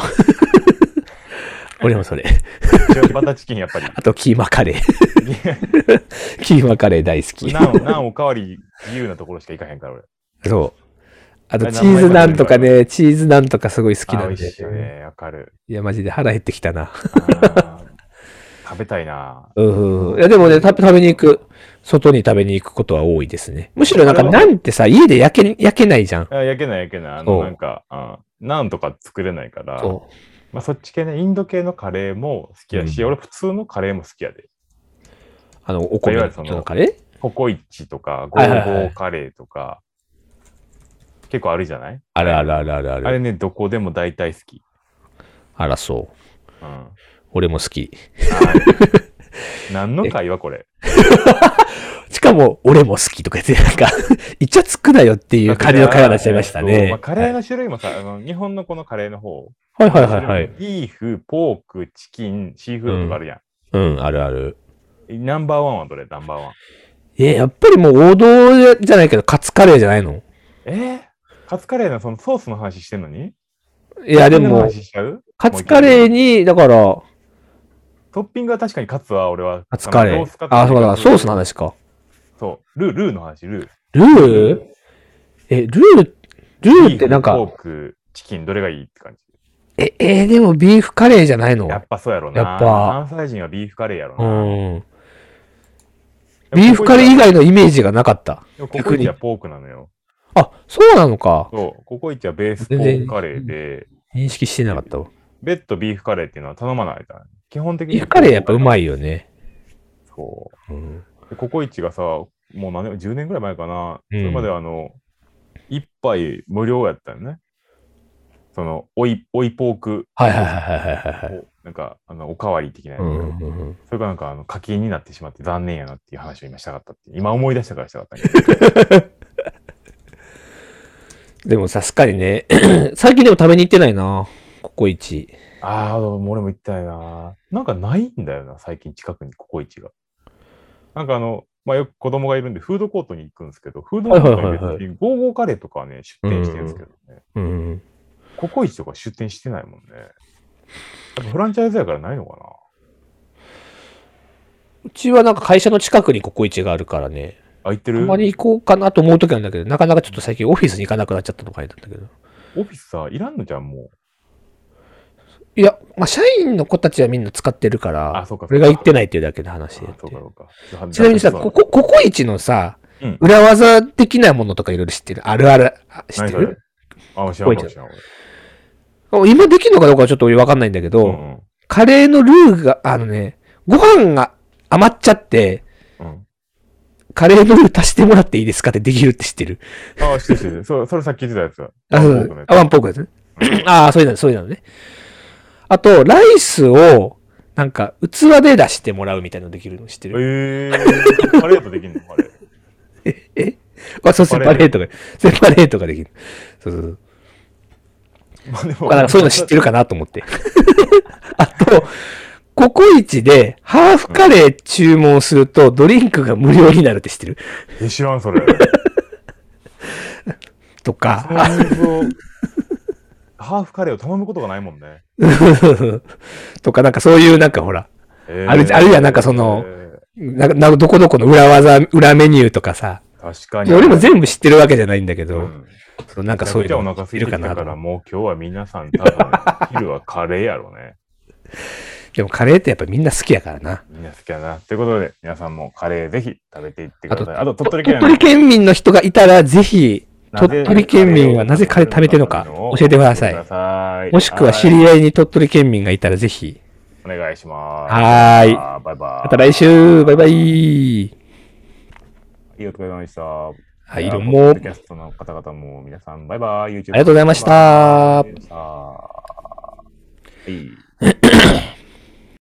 俺もそれ。
応バターチキンやっ ぱり。
あと、キーマカレ ー。キーマカレー大好き。
ナン、ナンおかわり自由なところしか行かへんから俺。
そう。あと、
あれ
チーズナンとかね、チーズナンとかすごい好きな
あー
ん
美味しいよ
で。
ね。わかる。
いや、マジで腹減ってきたな。
あー食べたいな。
うんうんうん。いや、でもね、食べ食べに行く。外に食べに行くことは多いですね。むしろなんか、なんてさ、家で焼け、焼けないじゃん。
あ焼けない焼けない。あ
そ
の、
う
なんか、あナンとか作れないから、
そ
まあ、そっち系ね、インド系のカレーも好きやし、
うん
俺普通のカレーも好きやで。
う。あの、お米
いわゆ
の
るその
中で。
ココイチとか、ゴ
はいはい
ー
はい
ゴーカレーとか、結構あるじゃない
あらあらあらあらあ
あれ
ら。
ね、どこでも大体好き。
あら、そう。
うん。は
俺も好き。
い何の会話これ。
しかも、俺も好きとか言って、なんか、 イチャつくなよっていう感じの会話になっちゃいました
えっと
ね。
まあ、カレーの種類もさ、あの日本のこのカレーの方。
はいはいはいはい。
ビーフ、ポーク、チキン、シーフードとかあるやん。
うん、あるある。
ナンバーワンはどれナンバーワン。
え、やっぱりもう王道じゃないけど、カツカレーじゃないの
えー、カツカレーのそのソースの話してんのに
いや、で
そんな
も、
話しちゃう
カツカレーに、だから、
トッピングは確かにカツは俺は。
カツカレ
ロ
ー
スカ。ツ
あ、そうだ、ソースの。話か。
そう。ルー、ルーの話、ルー。
ルーえ、ルー、ルーってな
ビーフ
んか、
ポーク、チキン、どれがいいって感じ。
え、えーでもビーフカレーじゃないの
やっぱそうやろな。
やっぱ
関西人はビーフカレーやろ
う
な。
ん。ビーフカレー以外のイメージがなかった。
でもココイチはポークなのよ。
あ、そうなのか。
そう。ココイチはベースポークカレーで、
認識してなかったわ。
別途ビーフカレーっていうのは頼まないから、基本的に。
ビーフカレーやっぱ
い。
うまいよね。
そう。
うん。
でココイチがさ、もう何年、10年ぐらい前かな、
うん
それまであの、一杯無料やったよね。その、おい、おいポーク、
はいはいはいはいはいはい。
おなんか、あの、おかわり的なやつ、
うんうんうん
それがなんか、あの、課金になってしまって残念やなっていう話を今したかったって、今思い出したからしたかったんやけど
でも確かにね、 最近でも食べに行ってないな、ココイチ。
ああ、もう俺も行ったいな。なんかないんだよな、最近近くにココイチが。なんかあの、まあ、よく子供がいるんで、フードコートに行くんですけど、フードコートに別
はいはいは
にゴーゴーカレーとかはね、出店してるんですけどね。
うん。
ココイチとか出店してないもんね。やっぱフランチャイズやからないのか
うちはなんか会社の近くにココイチがあるからね、
なあ、行って
あ
る
まり行こうかなと思うときなんだけど、なかなかちょっと最近オフィスに行かなくなっちゃったのかあれだったけど。
オフィスさ、いらんのじゃん、も
いや、まあ、社員の子たちはみんな使ってるから、
あそうかそうか
俺が行ってないっていうだけの
う。
話で
あそうか、そうか。そう
ちなみにさ、
そう
ここ、ココイチのさ、
うん
裏技的なものとかいろいろ知ってる。あるある、あ知っ
何
て
それ
る
あ、知らん、
ココイチ
知らん。俺
今できるのかどうかはちょっと俺わかんないんだけど、
うん
カレーのルーが、あのね、ご飯が余っちゃって、
うんうん。
カレーのルー足してもらっていいですかってできるって知ってる。
あ、知ってる、知ってる。それ、それさっき言ってたやつだ。
あ、そ
ワンポークの
う
やつ
あワンポークですね。ああ、そういうの、そういうのね。あと、ライスを、なんか、器で出してもらうみたいなのできるの知ってる
えー、パレードできんのあれ。
えあ、そう、セ
セ
パ
パ
レ
レ
ー
ー
トが、セパレートができる。そうそうそう。
まあで
まあなんかそういうの知ってるかなと思って。あと、ココイチで、ハーフカレー注文すると、ドリンクが無料になるって知ってる
え知らん、それ。
とか
そ、の水を、ハーフカレーを頼むことがないもんね。
とか、なんかそういう、なんかほら、
え
あるあるやんなんかそのなんか、なんかどこどこの裏技、裏メニューとかさ。
確かに。
俺も全部知ってるわけじゃないんだけ
う
ど、
ん
そのなんか
めちゃ
そうい
く
う
ちゃお
の
腹空いてきた
いる
か
かな
ら、もう今日は皆さん多分、昼はカレーやろうね。
でもカレーってやっぱみんな好きやからな。
みんな好きやな。ということで、皆さんもカレーぜひ食べていってく
あと
ださい。あと、鳥取
鳥
県
取県民の人がいたら、ぜひ、
の
鳥取県民はなぜカレー食べてるのか教えてください
教えてくさい
もしくは知
い
り合いに鳥取県民がいたら、ぜひ。
お願いします。
はーい
あー。バイバイ。
また来週バイバイ
ありがとうございました。は
はい、色も、あ
キャストの方々も皆さん、バイバイ。あり
りがとうございました。
はい。